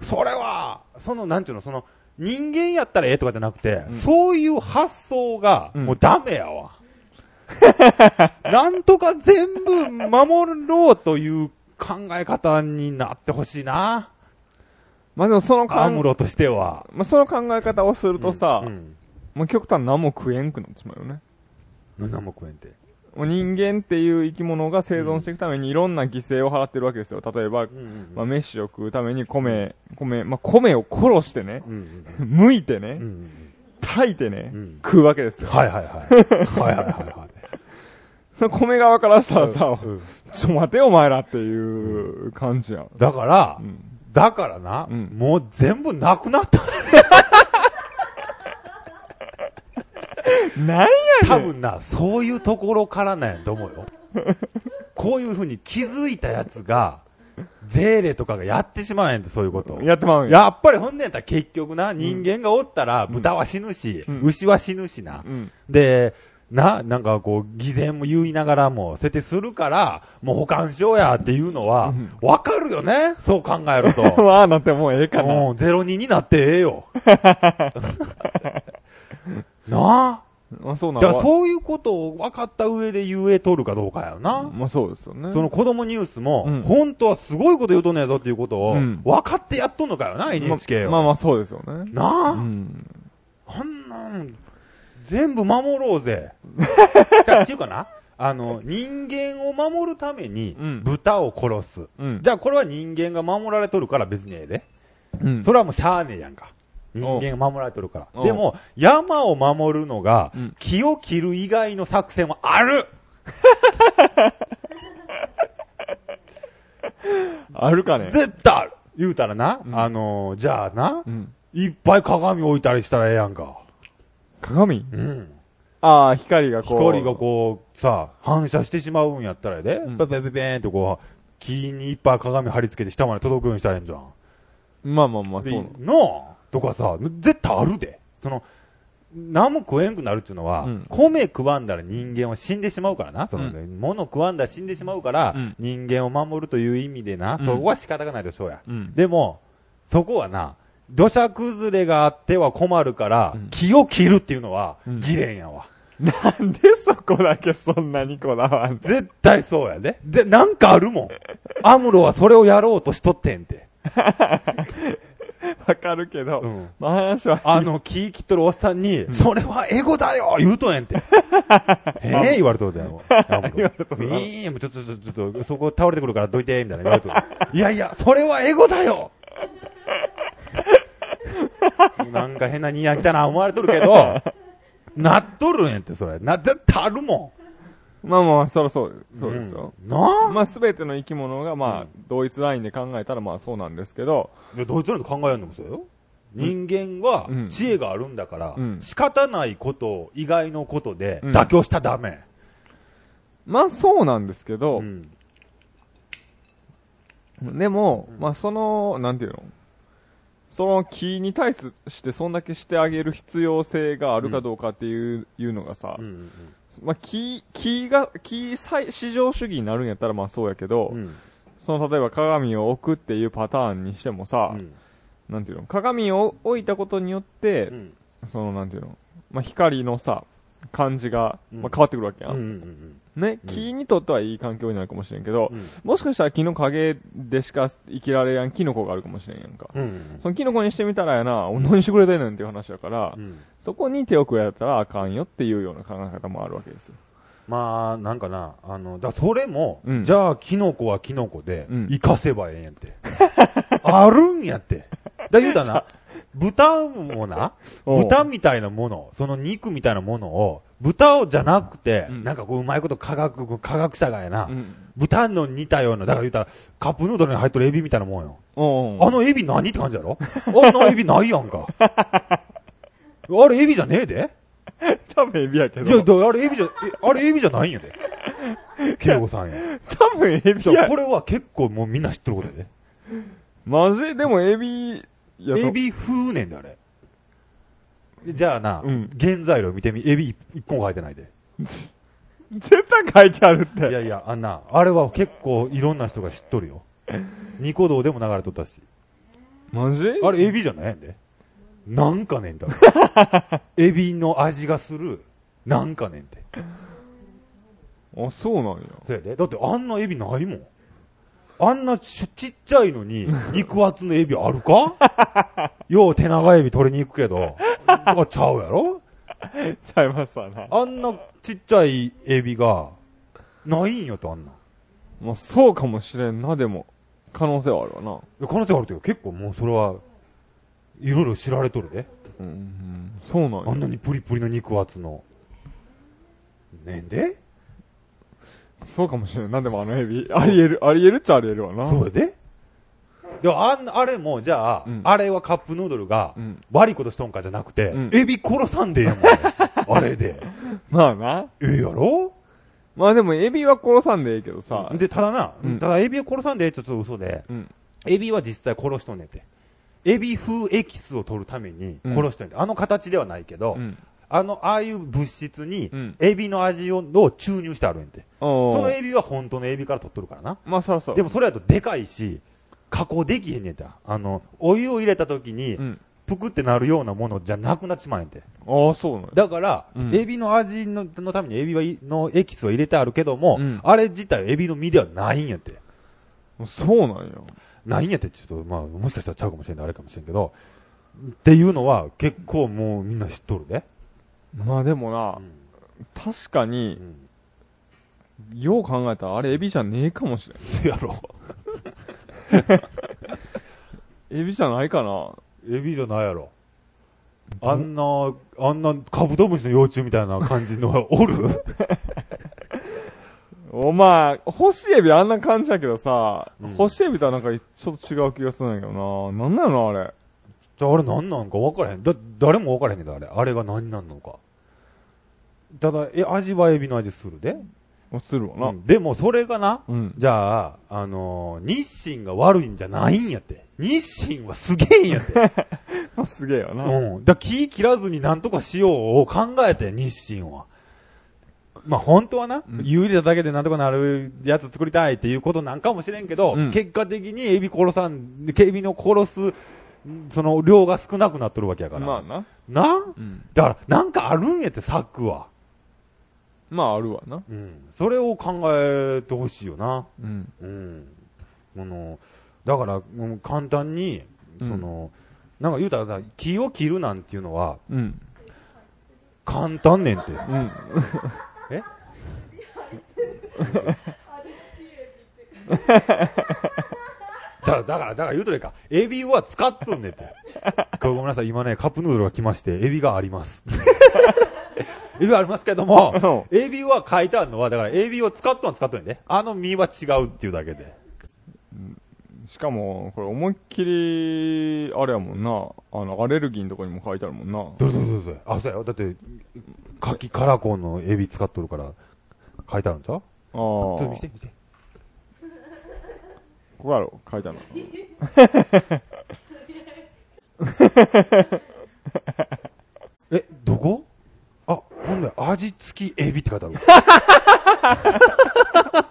Speaker 2: それは、その、なんちゅうの、その、人間やったらええとかじゃなくて、
Speaker 1: うん
Speaker 2: そういう発想が、
Speaker 1: うん
Speaker 2: もうダメや わ。なんとか全部守ろうという考え方になってほしいな。
Speaker 1: まあでもその考
Speaker 2: ア
Speaker 1: え
Speaker 2: ムロとしては。
Speaker 1: まあ、その考え方をするとさ、
Speaker 2: うん
Speaker 1: もう極端何も食えんくなってしまうよね。
Speaker 2: うん何も食えんて。
Speaker 1: もう人間っていう生き物が生存していくためにいろんな犠牲を払ってるわけですよ。例えば、まあ、飯を食うために米、米、まあ、米を殺してね、
Speaker 2: うん
Speaker 1: 剥いて
Speaker 2: うんう
Speaker 1: ね、
Speaker 2: ん
Speaker 1: 炊いてね、
Speaker 2: うん
Speaker 1: 食うわけですよ。
Speaker 2: はいはいはい。はいはいはいはい。
Speaker 1: その米側からしたらさ、
Speaker 2: うん
Speaker 1: ちょ待てよお前らっていう感じやん。
Speaker 2: だから
Speaker 1: う、ん。
Speaker 2: だからな、
Speaker 1: うん
Speaker 2: もう全部なくなった。
Speaker 1: なんや
Speaker 2: 多
Speaker 1: ねん
Speaker 2: 分な、そういうところからなんやと思うよ。こういうふうに気づいたやつが、税礼とかがやってしまうんやんて、そういうこと。
Speaker 1: やってまうんや。
Speaker 2: やっぱりほんねやったら結局な、人間がおったら豚は死ぬし、
Speaker 1: うん
Speaker 2: 牛は死ぬしな。
Speaker 1: うん。
Speaker 2: で、な、なんかこう、偽善も言いながらも、設定するから、もう保管しようやっていうのは
Speaker 1: うん、
Speaker 2: わかるよねそう考 えると。
Speaker 1: まあ、なってもうええかな。
Speaker 2: うん、ゼロ二になってええ よ。な
Speaker 1: まあ、そう
Speaker 2: あ。
Speaker 1: な
Speaker 2: だ
Speaker 1: の
Speaker 2: から
Speaker 1: は。
Speaker 2: そういうことを分かった上で言えとるかどうかやよな。
Speaker 1: まあ、そうですよね。
Speaker 2: その子供ニュースも、
Speaker 1: うん
Speaker 2: 本当はすごいこと言うとんねやぞっていうことを、
Speaker 1: うん
Speaker 2: 分かってやっとんのかよな、NHK を。
Speaker 1: まあまあ、そうですよね。
Speaker 2: なあ、
Speaker 1: うん。
Speaker 2: あんなん、全部守ろ うぜ。だっていうかな、あの、人間を守るために
Speaker 1: うん、
Speaker 2: 豚を殺す。
Speaker 1: うん。
Speaker 2: じゃあこれは人間が守られとるから別にええで。
Speaker 1: うん
Speaker 2: それはもうしゃあねえやんか。人
Speaker 1: おう
Speaker 2: 間が守られてるから。
Speaker 1: おう
Speaker 2: でも、山を守るのが
Speaker 1: うん、
Speaker 2: 木を切る以外の作戦はある
Speaker 1: あるかね。
Speaker 2: 絶対ある言うたらな、
Speaker 1: うん
Speaker 2: あのー、じゃあな、
Speaker 1: うん。
Speaker 2: いっぱい鏡置いたりしたらええやんか。
Speaker 1: 鏡
Speaker 2: うん。
Speaker 1: ああ、光がこう。
Speaker 2: 光がこう、さ、反射してしまうんやったらええで
Speaker 1: う、ん
Speaker 2: ペペペペーンとこう、木にいっぱい鏡貼り付けて下まで届くようにしたらええんじゃん。
Speaker 1: まあまあまあ、そう
Speaker 2: で
Speaker 1: なの。
Speaker 2: のとかさ、絶対あるで。その、何も食えんくなるっていうのは、
Speaker 1: うん
Speaker 2: 米食わんだら人間は死んでしまうからな。その、
Speaker 1: う
Speaker 2: 物食わんだら死んでしまうから、
Speaker 1: うん
Speaker 2: 人間を守るという意味で
Speaker 1: う
Speaker 2: な、
Speaker 1: ん
Speaker 2: そこは仕方がないでしょうや。
Speaker 1: うん。
Speaker 2: でも、そこはな、土砂崩れがあっては困るから、
Speaker 1: うん
Speaker 2: 木を切るっていうのは、
Speaker 1: うん
Speaker 2: 議連やわ。
Speaker 1: なんでそこだけそんなにこだわんの
Speaker 2: 絶対そうやで。で、なんかあるもん。アムロはそれをやろうとしとってんて。
Speaker 1: わかるけど、
Speaker 2: うん
Speaker 1: まあ話は、
Speaker 2: あの、気切っとるおっさんに、それはエゴだよ言うとんや んて。ええ言われとるだよ。アム
Speaker 1: 言
Speaker 2: ロ
Speaker 1: われと。る
Speaker 2: いいよちょっと、ちょっと、ちょっと、そこ倒れてくるからどいて、みたいな言われとる。 いやいや、それはエゴだよなんか変なニヤ来たな思われとる けど、なっとるんやって、それ。な、絶対あるも
Speaker 1: まあまあ、そらそう、
Speaker 2: ん。
Speaker 1: そうですよ。
Speaker 2: うん。な
Speaker 1: まあ、すべての生き物が、まあ、同一ラインで考えたら、まあそうなんですけど、
Speaker 2: あいや、どいつらの考えるのもそうよ。人間は
Speaker 1: うん
Speaker 2: 知恵があるんだから、
Speaker 1: うん
Speaker 2: 仕方ないこと以外のことで
Speaker 1: うん
Speaker 2: 妥協したらダメ。
Speaker 1: まあそうなんですけど、
Speaker 2: うん
Speaker 1: でも、まあその、なんていうのその木に対してそんだけしてあげる必要性があるかどうかっていう,、いうのがさ、
Speaker 2: うん
Speaker 1: まあ木、木が、木再市場主義になるんやったらまあそうやけど、
Speaker 2: うん
Speaker 1: その例えば鏡を置くっていうパターンにしてもさ、
Speaker 2: うん
Speaker 1: なんていうの鏡を置いたことによって、
Speaker 2: うん
Speaker 1: そのなんていうのまあ光のさ、感じが、
Speaker 2: うん
Speaker 1: まあ変わってくるわけや
Speaker 2: うん
Speaker 1: ん。
Speaker 2: うん
Speaker 1: ね、
Speaker 2: うん
Speaker 1: 木にとってはいい環境になるかもしれんけど、
Speaker 2: うん
Speaker 1: もしかしたら木の陰でしか生きられやんキノコがあるかもしれんやんか。
Speaker 2: うんうん
Speaker 1: そのキノコにしてみたらやな、何してくれてんねんっていう話やから、
Speaker 2: うん
Speaker 1: そこに手を加えたらあかんよっていうような考え方もあるわけですよ。
Speaker 2: まあ、なんかな、あの、だそれも、
Speaker 1: うん
Speaker 2: じゃあ、キノコはキノコで
Speaker 1: うん、
Speaker 2: 生かせばええんやって。 あるんやって。だ、言うたらな、豚もな、
Speaker 1: おう
Speaker 2: 豚みたいなもの、その肉みたいなものを、豚をじゃなくて、
Speaker 1: うん
Speaker 2: なんかこう、うまいこと科学、科学者がやな、
Speaker 1: うん。
Speaker 2: 豚の似たような、だから言うたら、カップヌードルに入っとるエビみたいなもんよ。
Speaker 1: おうおう
Speaker 2: あのエビ何って感じやろあんなエビないや んか。あれエビじゃねえで
Speaker 1: 多分エビやけ
Speaker 2: いや、
Speaker 1: ど。
Speaker 2: だあれエビじゃ、えあれエビじゃないんやで。ケイゴさんや。
Speaker 1: 多分エビ
Speaker 2: じゃあ
Speaker 1: や
Speaker 2: こ。れは結構もうみんな知ってることやで。
Speaker 1: マジでもエビやと
Speaker 2: エビ風ねんであれ。じゃあな、
Speaker 1: うん
Speaker 2: 原材料見てみ、エビ一個も入ってないで。
Speaker 1: 絶対書いてあるって。
Speaker 2: いやいや、あんな、あれは結構いろんな人が知っと るよ。ニコ動でも流れとったし。
Speaker 1: マジ
Speaker 2: あれエビじゃないんで。なんかねんだ ろ。エビの味がする、なんかねんて。
Speaker 1: あ、そうなんや。
Speaker 2: そうやで。だってあんなエビないもん。あんなちちっちゃい のに、肉厚のエビあるかよう手長エビ取りに行くけど、あちゃうやろ
Speaker 1: ちゃいますわな。
Speaker 2: あんなちっちゃいエビが、ないんよとあんな。
Speaker 1: まあそうかもしれんな、でも。可能性はあるわな。
Speaker 2: 可能性あるけど結構もうそれは、いろいろ知られとるで。
Speaker 1: うんうん、そうなんや。
Speaker 2: あんなにプリプリの肉厚の。ねんで
Speaker 1: そうかもしれんな、でもあのエビ。ありえる、ありえるっちゃありえるわな。
Speaker 2: そうやで。でもあんあれも、じゃあ、
Speaker 1: うん
Speaker 2: あれはカップヌードルが、
Speaker 1: うん
Speaker 2: 悪いことしとんかじゃなくて、
Speaker 1: うん
Speaker 2: エビ殺さんでええもん。 あれで。
Speaker 1: まあな。
Speaker 2: ええやろ
Speaker 1: まあでもエビは殺さんでええけどさ。
Speaker 2: で、ただな、
Speaker 1: うん
Speaker 2: ただエビを殺さんでええってちょっと嘘で、
Speaker 1: うん。
Speaker 2: エビは実際殺しとんねんて。エビ風エキスを取るために殺しとんねんて。あの形ではないけど、
Speaker 1: うん。
Speaker 2: あの、ああいう物質に
Speaker 1: うん、
Speaker 2: エビの味をを注入してあるんやて。
Speaker 1: お
Speaker 2: その
Speaker 1: ー
Speaker 2: エビは本当のエビから取っとるからな。
Speaker 1: まあそらそう。
Speaker 2: でもそれだとでかいし、加工できへんねんて。あの、お湯を入れた時に
Speaker 1: う、ん。
Speaker 2: ぷくってなるようなものじゃなくなっちまえんて。
Speaker 1: ああ、そうなんや。
Speaker 2: だから、
Speaker 1: うん
Speaker 2: エビの味ののためにエビはいのエキスを入れてあるけども、
Speaker 1: うん
Speaker 2: あれ自体エビの身ではないんやって。
Speaker 1: そうなんや。
Speaker 2: ないんやって、ちょっと、まあ、もしかしたらちゃうかもしれない、あれかもしれんけど、っていうのは結構もうみんな知っとるで。
Speaker 1: まあでもな、確かに、よう考えたらあれエビじゃねえかもしれ
Speaker 2: せやろ。
Speaker 1: ん。エビじゃないかな。
Speaker 2: エビじゃないやろ。あんな、あんなカブトムシの幼虫みたいな感じの おる
Speaker 1: お前、干しエビあんな感じやけどさ、
Speaker 2: うん
Speaker 1: 干しエビとはなんかちょっと違う気がするんやけどな。なんなのあれ。
Speaker 2: じゃああれ何なんか分からへん。だ、誰も分からへんねんだ、あれ。あれが何なんのか。ただ、え、味はエビの味するで。
Speaker 1: するわ
Speaker 2: う
Speaker 1: な。
Speaker 2: んでもそれがな、
Speaker 1: うん。
Speaker 2: じゃあ、あのー日清が悪いんじゃないんやって。日清はすげえんやって。
Speaker 1: まあすげえよな。
Speaker 2: うん。だ、気切らずになんとかしようを考えて、日清は。まあ、本当はな、
Speaker 1: うん
Speaker 2: 湯入れただけでなんとかなるやつ作りたいっていうことなんかもしれんけど、
Speaker 1: うん
Speaker 2: 結果的にエビ殺さん、エビの殺す、その量が少なくなっとるわけやから。
Speaker 1: まあな。
Speaker 2: な
Speaker 1: うん。
Speaker 2: だから、なんかあるんやって、策は。
Speaker 1: まああるわな。
Speaker 2: うん。それを考えてほしいよな。
Speaker 1: うん。
Speaker 2: うん。この、だから、もう簡単に、その、なんか言うたらさ、木を切るなんていうのは、
Speaker 1: うん。
Speaker 2: 簡単ねんって。
Speaker 1: うん。
Speaker 2: えじゃあ、 だから、だから言うとれか。エビは使っとんねんって。これごめんなさい、今ね、カップヌードルが来まして、エビがあります。エビはありますけども、エビは書いてあるのは、だからエビを使っとんは使っとんねんね。あの身は違うっていうだけで。
Speaker 1: しかも、これ思いっきり、あれやもんな。あの、アレルギーのとこにも書いてあるもんな。
Speaker 2: どうぞどうぞ。あ、そうやよ。だって、柿カラコンのエビ使っとるから、書いてあるんちゃうちょっと見
Speaker 1: あ
Speaker 2: せて、見せて。
Speaker 1: あ。ここやろ、書いてある
Speaker 2: え、どこあ、ほんで、味付きエビって書いてあ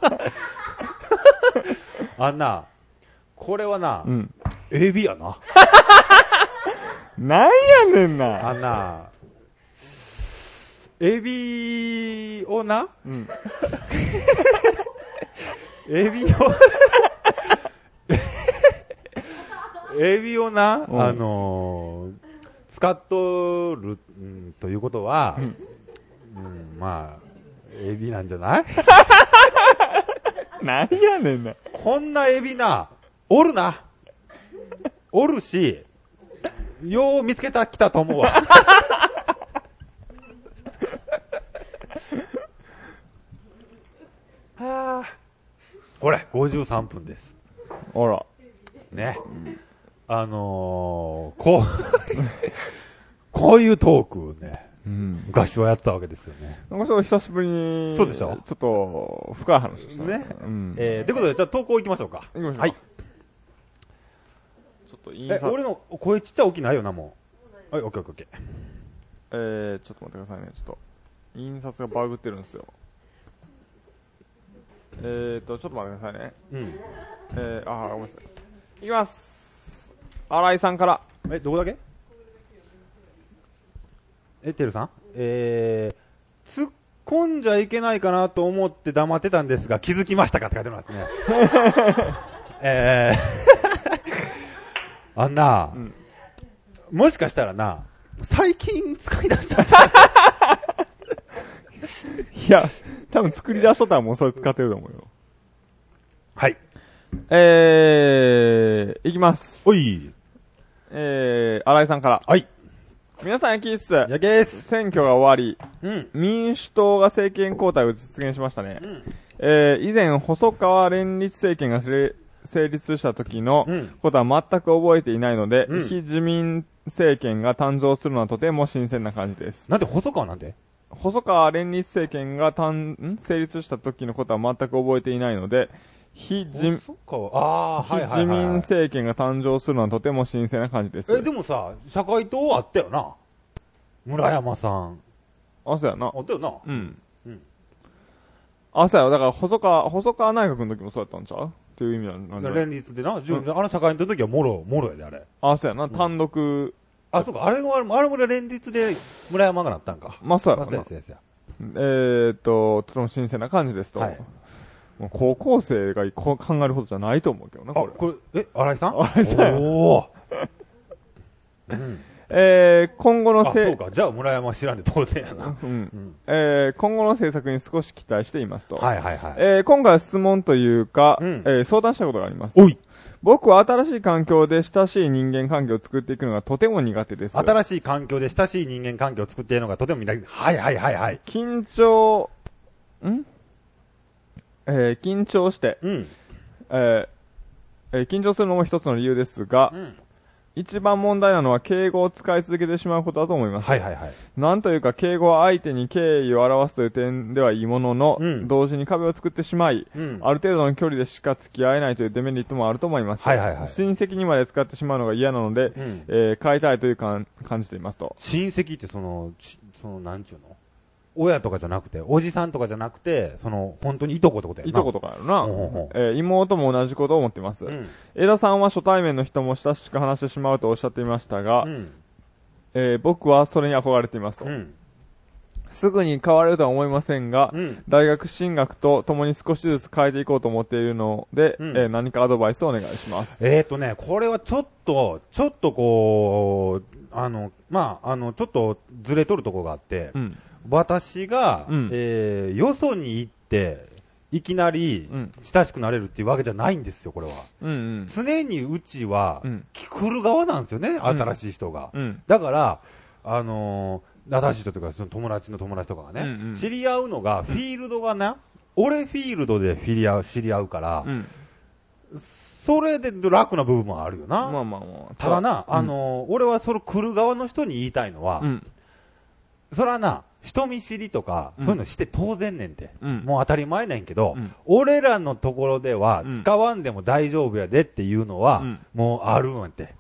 Speaker 2: る。 あんな、これはな、
Speaker 1: の。うん。
Speaker 2: エビやな。
Speaker 1: なんやねんな。
Speaker 2: あんな、エビをな、
Speaker 1: うん。
Speaker 2: エビを、 エビをな、
Speaker 1: うん
Speaker 2: あのー使っとる、うんということは、うんまあ、エビなんじゃない
Speaker 1: なんやねんな。
Speaker 2: こんなエビな、おるな。おるし、よう見つけた来たと思うわ。
Speaker 1: はあ。
Speaker 2: これ、53分です。
Speaker 1: あら。
Speaker 2: ね。あのー、こう、 こういうトークね、
Speaker 1: うん。
Speaker 2: 昔はやってたわけですよね。
Speaker 1: なんかちょっと久しぶりに。
Speaker 2: そうでしょ
Speaker 1: ちょっと、深い話した
Speaker 2: ね
Speaker 1: うん。
Speaker 2: えー、ということで、じゃあ投稿行きましょうか。
Speaker 1: 行きましょうか
Speaker 2: はい。
Speaker 1: ちょっとイン
Speaker 2: え、俺の声ちっちゃい大きいないよな、もう。はい、オッケーオッケーオッケー。
Speaker 1: えー、ちょっと待ってくださいね、ちょっと。印刷がバグってるんですよ。えーと、ちょっと待ってくださいね。
Speaker 2: うん。
Speaker 1: えー、あー、ごめんなさい。いきます新井さんから。
Speaker 2: え、どこだけえ、てるさんえー、突っ込んじゃいけないかなと思って黙ってたんですが、気づきましたかって書いてます ね。えー、あんな、
Speaker 1: うん
Speaker 2: もしかしたらな、最近使い出したん じゃ
Speaker 1: いや、多分作り出しとったらもうそれ使ってると思うよ。
Speaker 2: はい。
Speaker 1: えー、いきます。
Speaker 2: おい。
Speaker 1: えー、新井さんから。
Speaker 2: はい。
Speaker 1: 皆さん、ヤキース。
Speaker 2: やけーす。
Speaker 1: 選挙が終わり、
Speaker 2: うん。
Speaker 1: 民主党が政権交代を実現しましたね。
Speaker 2: ん
Speaker 1: えー以前、細川連立政権が成成立した時の
Speaker 2: うん
Speaker 1: ことは全く覚えていないので、
Speaker 2: うん
Speaker 1: 非自民政権が誕生するのはとても新鮮な感じです。
Speaker 2: なんで細川なんで
Speaker 1: 細川連立政権が誕ん成立した時のことは全く覚えていないので、非自
Speaker 2: 細川。あー、
Speaker 1: 非
Speaker 2: はいはい、は
Speaker 1: 自
Speaker 2: い。
Speaker 1: 民政権が誕生するのはとても新鮮な感じです。
Speaker 2: え、でもさ、社会党あったよな。村山さん。
Speaker 1: あ、そうやな
Speaker 2: あ。ったよな。
Speaker 1: うん。
Speaker 2: うん
Speaker 1: あ、そうやわだから、細川、細川内閣の時もそうやったんちゃうっていう意味なんなんだ
Speaker 2: 連立でな、自分あの社会にいた時はもろ、もろやで、あれ。
Speaker 1: あ、そうやな。単独、
Speaker 2: あ、そうか、あれが、あれも連立で村山がなったんか。
Speaker 1: まあそうやろ
Speaker 2: そう
Speaker 1: な
Speaker 2: や。そうやそうや
Speaker 1: えー、っと、とても新鮮な感じですと。
Speaker 2: はい
Speaker 1: もう高校生がこう考えるほどじゃないと思うけどな、
Speaker 2: あ、
Speaker 1: これ。
Speaker 2: これ、え、荒井さん
Speaker 1: 荒井さんや
Speaker 2: おー。うん、
Speaker 1: えー、今後の
Speaker 2: あ、そう
Speaker 1: 政、
Speaker 2: か、じゃあ村山知らんで当然やな。
Speaker 1: うん
Speaker 2: うん。
Speaker 1: えー、今後の政策に少し期待していますと。
Speaker 2: はいはいはい。
Speaker 1: えー、今回は質問というか、
Speaker 2: うん
Speaker 1: えー相談したことがあります。
Speaker 2: おい、
Speaker 1: 僕は新しい環境で親しい人間関係を作っていくのがとても苦手です。
Speaker 2: 新しい環境で親しい人間関係を作っているのがとても見られる。はいはいはいはい。
Speaker 1: 緊張、んえー緊張して、
Speaker 2: うん。
Speaker 1: えーえー緊張するのも一つの理由ですが
Speaker 2: う、ん。
Speaker 1: 一番問題なのは敬語を使い続けてしまうことだと思います。
Speaker 2: はいはいはい。
Speaker 1: なんというか敬語は相手に敬意を表すという点ではいいものの、
Speaker 2: うん
Speaker 1: 同時に壁を作ってしまい、
Speaker 2: うん
Speaker 1: ある程度の距離でしか付き合えないというデメリットもあると思います。
Speaker 2: はいはいはい
Speaker 1: 親戚にまで使ってしまうのが嫌なので、
Speaker 2: うん
Speaker 1: えー変えたいというか感じていますと。
Speaker 2: 親戚ってその、ちその、なんちゅうの親とかじゃなくて、おじさんとかじゃなくて、その、本当にいとことかやない
Speaker 1: とことかやろな。
Speaker 2: ほうほうほ
Speaker 1: えー妹も同じことを思ってます。
Speaker 2: うん。
Speaker 1: 江田さんは初対面の人も親しく話してしまうとおっしゃっていましたが、
Speaker 2: うん。
Speaker 1: えー僕はそれに憧れていますと。
Speaker 2: うん。
Speaker 1: すぐに変われるとは思いませんが、
Speaker 2: うん。
Speaker 1: 大学進学とともに少しずつ変えていこうと思っているので、
Speaker 2: うん
Speaker 1: えー何かアドバイスをお願いします。
Speaker 2: えーとね、これはちょっと、ちょっとこう、あの、まあ、あの、ちょっとずれとるとこがあって、
Speaker 1: うん。
Speaker 2: 私が、
Speaker 1: うん
Speaker 2: えー、よそに行って、いきなり
Speaker 1: うん、
Speaker 2: 親しくなれるっていうわけじゃないんですよ、これは。
Speaker 1: うんうん。
Speaker 2: 常にうちは
Speaker 1: う、ん。
Speaker 2: 来る側なんですよね、新しい人が。
Speaker 1: うん。
Speaker 2: だから、あのー新しい人とか、その友達の友達とかがね、
Speaker 1: うんうん
Speaker 2: 知り合うのが、フィールドがな、俺フィールドでフィリア知り合うから、
Speaker 1: うん。
Speaker 2: それで楽な部分もあるよな。
Speaker 1: まあまあまあ。
Speaker 2: ただな、
Speaker 1: うん
Speaker 2: あ、のー俺はそれ来る側の人に言いたいのは、
Speaker 1: うん。
Speaker 2: それはな、人見知りとか、
Speaker 1: うん
Speaker 2: そういうのして当然ねんて。
Speaker 1: うん。
Speaker 2: もう当たり前なんやけど、
Speaker 1: うん
Speaker 2: 俺らのところでは
Speaker 1: うん
Speaker 2: 使わんでも大丈夫やでっていうのは、
Speaker 1: うん
Speaker 2: もうあるんやて。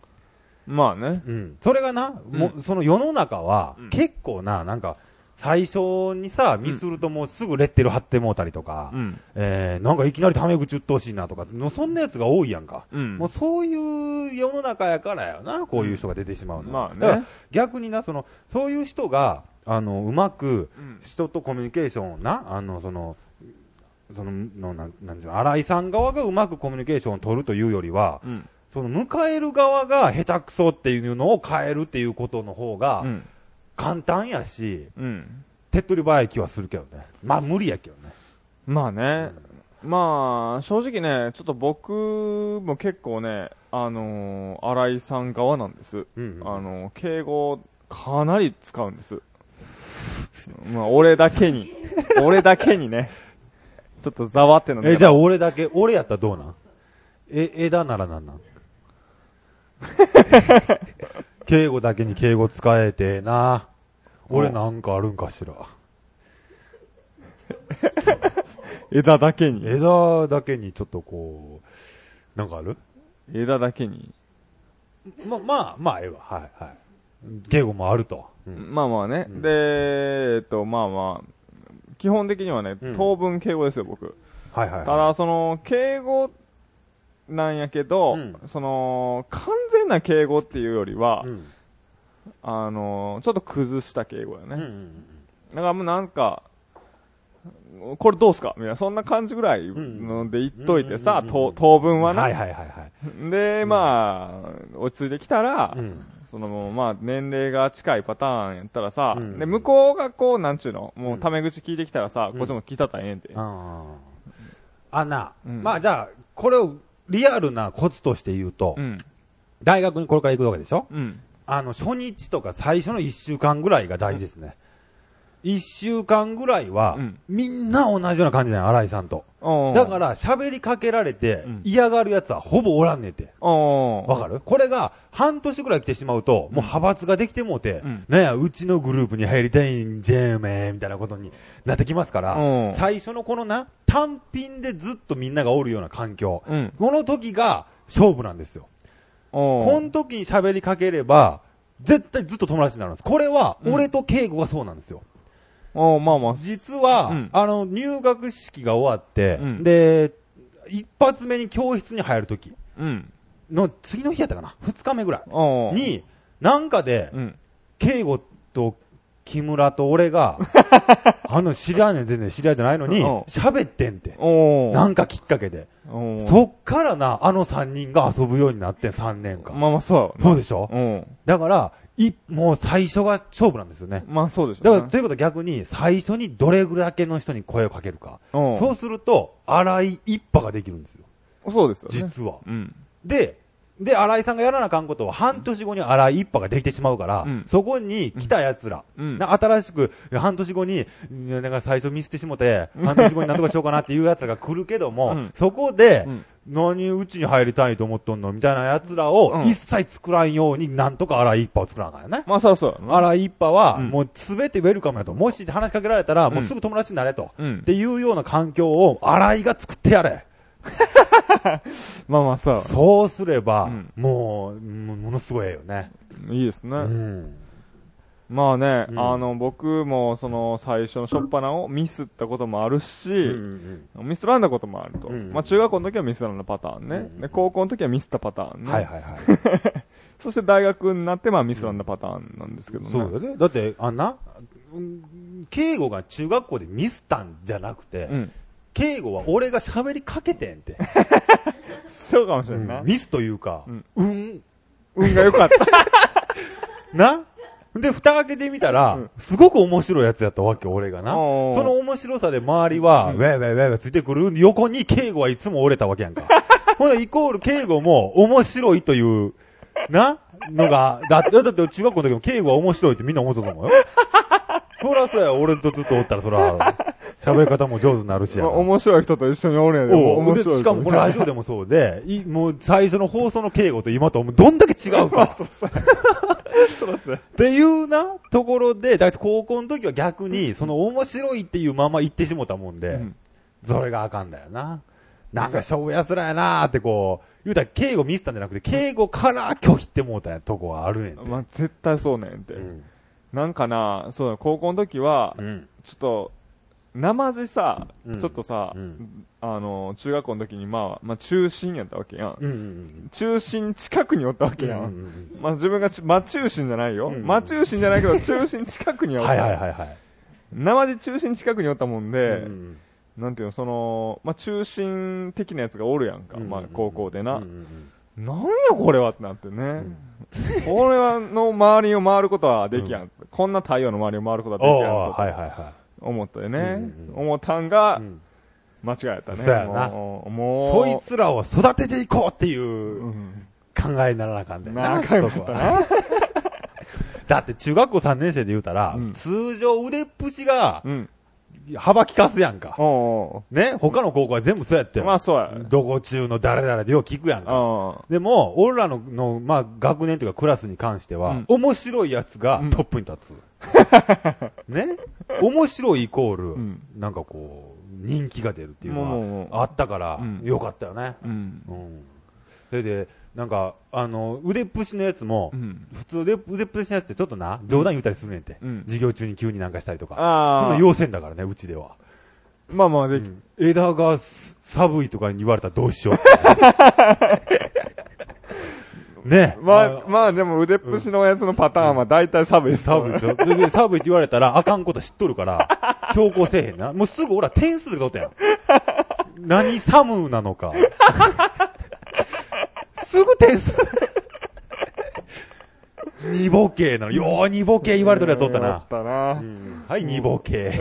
Speaker 1: まあね。
Speaker 2: うん。それがな、
Speaker 1: うん
Speaker 2: もうその世の中は
Speaker 1: うん、
Speaker 2: 結構な、なんか、最初にさ、ミスるともうすぐレッテル貼ってもうたりとか、
Speaker 1: うん。
Speaker 2: えー、なんかいきなりタメ口言ってほしいなとか、のそんなやつが多いやんか。
Speaker 1: うん。
Speaker 2: もうそういう世の中やからやな、こういう人が出てしまうの。
Speaker 1: まあね
Speaker 2: だから逆にな、その、そういう人が、あの、うまく、
Speaker 1: うん
Speaker 2: 人とコミュニケーションをな、あの、その、その、のなん、なんていうの、新井さん側がうまくコミュニケーションを取るというよりは、
Speaker 1: うん。
Speaker 2: その迎える側が下手くそっていうのを変えるっていうことの方が
Speaker 1: うん。
Speaker 2: 簡単やし、
Speaker 1: うん。
Speaker 2: 手っ取り早い気はするけどね。まあ無理やけどね。
Speaker 1: まあね。まあ、正直ね、ちょっと僕も結構ね、あのー、新井さん側なんです。
Speaker 2: うん。
Speaker 1: あの、敬語、かなり使うんです。 まあ、俺だけ に。俺だけにね。ちょっとざわってんの
Speaker 2: え、じゃ
Speaker 1: あ、
Speaker 2: あ俺だけ、俺やったらどうなんえ、枝ならなん なん敬語だけに敬語使えてえな。俺なんかあるんかしら。
Speaker 1: 枝だけに。
Speaker 2: 枝だけにちょっとこう、なんかある
Speaker 1: 枝だけに。
Speaker 2: ま、まあ、まあ、ええわ。はい、はい。敬語もあると。うん。
Speaker 1: まあまあね。
Speaker 2: うん
Speaker 1: で、えっと、まあまあ、基本的にはね
Speaker 2: うん、
Speaker 1: 当分敬語ですよ、僕。
Speaker 2: はいはい、はい。
Speaker 1: ただ、その、敬語なんやけど、
Speaker 2: うん
Speaker 1: その、完全な敬語っていうよりは、
Speaker 2: うん、
Speaker 1: あの、ちょっと崩した敬語やね。
Speaker 2: うんうんうん。
Speaker 1: だからもうなんか、これどうすかみたいな、そんな感じぐらいので言っといてさ
Speaker 2: う、ん
Speaker 1: と当分は
Speaker 2: はい
Speaker 1: ね。
Speaker 2: はいはいはい。
Speaker 1: で、まあ、落ち着いてきたら
Speaker 2: う、ん。
Speaker 1: そのまあ、年齢が近いパターンやったらさ
Speaker 2: う、ん
Speaker 1: で、向こうがこう、なんちゅうの、も
Speaker 2: う
Speaker 1: うんタメ口聞いてきたらさ、
Speaker 2: うん
Speaker 1: こっちも聞いたったらええねんて。
Speaker 2: ああな、
Speaker 1: うん
Speaker 2: まあじゃあ、これをリアルなコツとして言うと、
Speaker 1: うん。
Speaker 2: 大学にこれから行くわけでしょ
Speaker 1: うん。
Speaker 2: あの、初日とか最初の1週間ぐらいが大事ですね。1週間ぐらいは、
Speaker 1: うん
Speaker 2: みんな同じような感じだよ、新井さんと。
Speaker 1: おうおう
Speaker 2: だか、ら、喋りかけられて
Speaker 1: うん、
Speaker 2: 嫌がる奴はほぼおらんねんて。
Speaker 1: お
Speaker 2: わか
Speaker 1: る
Speaker 2: るこれが、半年ぐらい来てしまうと、もう派閥ができてもうて、
Speaker 1: うん
Speaker 2: なんや、うちのグループに入りたいんじゃーめーみたいなことになってきますから、
Speaker 1: うん
Speaker 2: 最初のこのな、単品でずっとみんながおるような環境、
Speaker 1: うん。
Speaker 2: この時が勝負なんですよ。
Speaker 1: お
Speaker 2: こ
Speaker 1: う
Speaker 2: の時に喋りかければ、絶対ずっと友達になるんです。これは、
Speaker 1: うん
Speaker 2: 俺と敬語がそうなんですよ。
Speaker 1: おうまあまあ、
Speaker 2: 実は、
Speaker 1: うん
Speaker 2: あの、入学式が終わって、
Speaker 1: うん
Speaker 2: で、一発目に教室に入る時
Speaker 1: うん。
Speaker 2: の次の日やったかな二日目ぐらい。
Speaker 1: おう
Speaker 2: に、なんかで、
Speaker 1: うん。
Speaker 2: 慶吾と木村と 俺が、あの、知り合いねん、全然知り合いじゃないのに
Speaker 1: うん、
Speaker 2: 喋ってんて。
Speaker 1: おう
Speaker 2: なんかきっかけで。
Speaker 1: おう
Speaker 2: そっからな、あの三人が遊ぶようになってん、三年間。
Speaker 1: まあまあ、そう
Speaker 2: そうでしょ
Speaker 1: やわ。うん。
Speaker 2: だから、い、もう最初が勝負なんですよね。
Speaker 1: まあそうでしょ
Speaker 2: だ
Speaker 1: う
Speaker 2: か
Speaker 1: ね。
Speaker 2: ら、ということは逆に、最初にどれぐらいだけの人に声をかけるか。
Speaker 1: うん
Speaker 2: そうすると、荒い一派ができるんですよ。
Speaker 1: そうですよね。
Speaker 2: 実は。
Speaker 1: うん。
Speaker 2: で、で、新井さんがやらなあかんことは、半年後に新井一派ができてしまうから、
Speaker 1: うん
Speaker 2: そこに来た奴ら、
Speaker 1: うん。
Speaker 2: な新しく、半年後に、うんなんか最初見捨てしもて、半年後になんとかしようかなっていう奴らが来るけども、
Speaker 1: うん
Speaker 2: そこで、
Speaker 1: うん
Speaker 2: 何うちに入りたいと思っとんのみたいな奴らを
Speaker 1: う、ん
Speaker 2: 一切作らんように、なんとか新井一派を作らなあかんよね。
Speaker 1: まあそうそう。
Speaker 2: 新井一派は、
Speaker 1: うん
Speaker 2: もうすべてウェルカムやと。もし話しかけられたら、
Speaker 1: ん
Speaker 2: もうすぐ友達になれと。
Speaker 1: うん
Speaker 2: っていうような環境を、新井が作ってやれ。
Speaker 1: まあまあそう。
Speaker 2: そうすれば、
Speaker 1: うん
Speaker 2: もう、もものすごいええよね。
Speaker 1: いいですね。
Speaker 2: うん。
Speaker 1: まあね、
Speaker 2: うん
Speaker 1: あの、僕もその最初の初っ端をミスったこともある
Speaker 2: う
Speaker 1: し、
Speaker 2: ん
Speaker 1: ミスらんだこともあると。
Speaker 2: うん
Speaker 1: まあ中学校の時はミスらんだパターン
Speaker 2: う
Speaker 1: ね
Speaker 2: ん。
Speaker 1: で、高校の時はミスったパター
Speaker 2: う
Speaker 1: ン
Speaker 2: ん
Speaker 1: ね。
Speaker 2: はいはいはい。
Speaker 1: そして大学になってまあミスらんだパターンなんですけどね。
Speaker 2: そうだね。だって、あんな、うん敬語が中学校でミスったんじゃなくて、
Speaker 1: うん。
Speaker 2: 敬語は俺が喋りかけてんって。
Speaker 1: そうかもしれんな。
Speaker 2: ミスというか、
Speaker 1: うん
Speaker 2: うん、
Speaker 1: 運が良かった。
Speaker 2: なで、蓋開けてみたら、
Speaker 1: うん
Speaker 2: すごく面白いやつやったわけ、俺がな。
Speaker 1: おー
Speaker 2: その面白さで周りは、
Speaker 1: う
Speaker 2: ウ
Speaker 1: ん
Speaker 2: ェイウェイウェイウェイついてくる横に敬語はいつも折れたわけや んか。ほな、イコール敬語も面白いという、なのが、だって、だって中学校の時も敬語は面白いってみんな思ってた と思うよ。そらそうや、俺とずっとおったらそら、喋り方も上手になるしや
Speaker 1: ま
Speaker 2: な。
Speaker 1: あ面白い人と一緒におるんやで。
Speaker 2: おう
Speaker 1: 面白い
Speaker 2: で
Speaker 1: 人。
Speaker 2: しかもこのラジオでもそうで、いもう最初の放送の敬語と今ともうどんだけ違うか。 っていうな、ところで、だって高校の時は逆に、その面白いっていうまま言ってしもたもんで、
Speaker 1: うん
Speaker 2: それがあかんだよな。なんか勝負やつらやなーってこう、言うたら敬語ミスったんじゃなくて、敬語から拒否ってもうたとこはあるねんて。
Speaker 1: まあ、絶対そうねんて。
Speaker 2: うん。
Speaker 1: なんかな、そうだ、高校の時は、
Speaker 2: うん。
Speaker 1: ちょっと、生地さ、
Speaker 2: うん
Speaker 1: ちょっとさ、
Speaker 2: うん
Speaker 1: あの、中学校の時に、まあ、まあ、中心やったわけやん。
Speaker 2: うんうん。
Speaker 1: 中心近くにおったわけやん。
Speaker 2: うんうん
Speaker 1: まあ、自分がち、真中心じゃないよ。
Speaker 2: うん
Speaker 1: 真中心じゃないけど、中心近くに
Speaker 2: う
Speaker 1: お
Speaker 2: ん。
Speaker 1: った。
Speaker 2: はいはいはいはい。
Speaker 1: 生地中心近くにおったもんで、
Speaker 2: うん
Speaker 1: なんていうの、その、まあ、中心的なやつがおるやんか。
Speaker 2: うん
Speaker 1: まあ、高校でな。
Speaker 2: うんうん
Speaker 1: なんやこれはってなってね。これはの周りを回ることはできやん。こんな太陽の周りを回ることは
Speaker 2: お
Speaker 1: で
Speaker 2: う
Speaker 1: きやんと。
Speaker 2: はいはいは
Speaker 1: 思ったよね。
Speaker 2: うんうん
Speaker 1: 思ったん
Speaker 2: い。
Speaker 1: が
Speaker 2: う、ん
Speaker 1: 間違えたね。
Speaker 2: そうやな
Speaker 1: もう、もう
Speaker 2: そいつらを育てていこうっていうううん考えにならなあかんだよな。
Speaker 1: なあかんかった
Speaker 2: そこは
Speaker 1: な。
Speaker 2: だって中学校3年生で言うたら、
Speaker 1: うん
Speaker 2: 通常腕っぷしが
Speaker 1: うん。
Speaker 2: 幅利かすやんか。
Speaker 1: おうお
Speaker 2: ね他の高校は全部そうやって
Speaker 1: う。
Speaker 2: よ。
Speaker 1: まあ、そうや。
Speaker 2: どこ中の誰々でよう聞くやんか。
Speaker 1: あ
Speaker 2: でも、俺らの、の、まあ、学年というかクラスに関しては、
Speaker 1: うん
Speaker 2: 面白いやつが
Speaker 1: うん
Speaker 2: トップに立つ。 ね面白いイコール、
Speaker 1: ん
Speaker 2: なんかこう、人気が出るっていう
Speaker 1: もうもう
Speaker 2: の
Speaker 1: もう
Speaker 2: は、あったから
Speaker 1: う、ん
Speaker 2: よかったよね。
Speaker 1: うん。
Speaker 2: うん。それで、なんか、あの、腕っぷしのやつも、
Speaker 1: うん。
Speaker 2: 普通で腕っぷしのやつってちょっとな、冗談言うたりするねんて。
Speaker 1: うん
Speaker 2: 授業中に急になんかしたりとか。そん
Speaker 1: あ
Speaker 2: な
Speaker 1: あ。
Speaker 2: 要線だからね、うちでは。
Speaker 1: まあまあ、でき、
Speaker 2: 枝が寒いとかに言われたらどうしよ う。ねえ。
Speaker 1: まあ、まあでも腕っぷしのやつのパターンは大体サブです。
Speaker 2: 寒いですよ。でで寒いって言われたら、あかんこと知っと るから、強行せえへんな。もうすぐ俺は点数で取ったやん。何寒な のか。すぐ点数。二ボケなの。よう二ボケ言われとるやつ取った
Speaker 1: や
Speaker 2: な
Speaker 1: っ。たな。
Speaker 2: はい、二ボケ。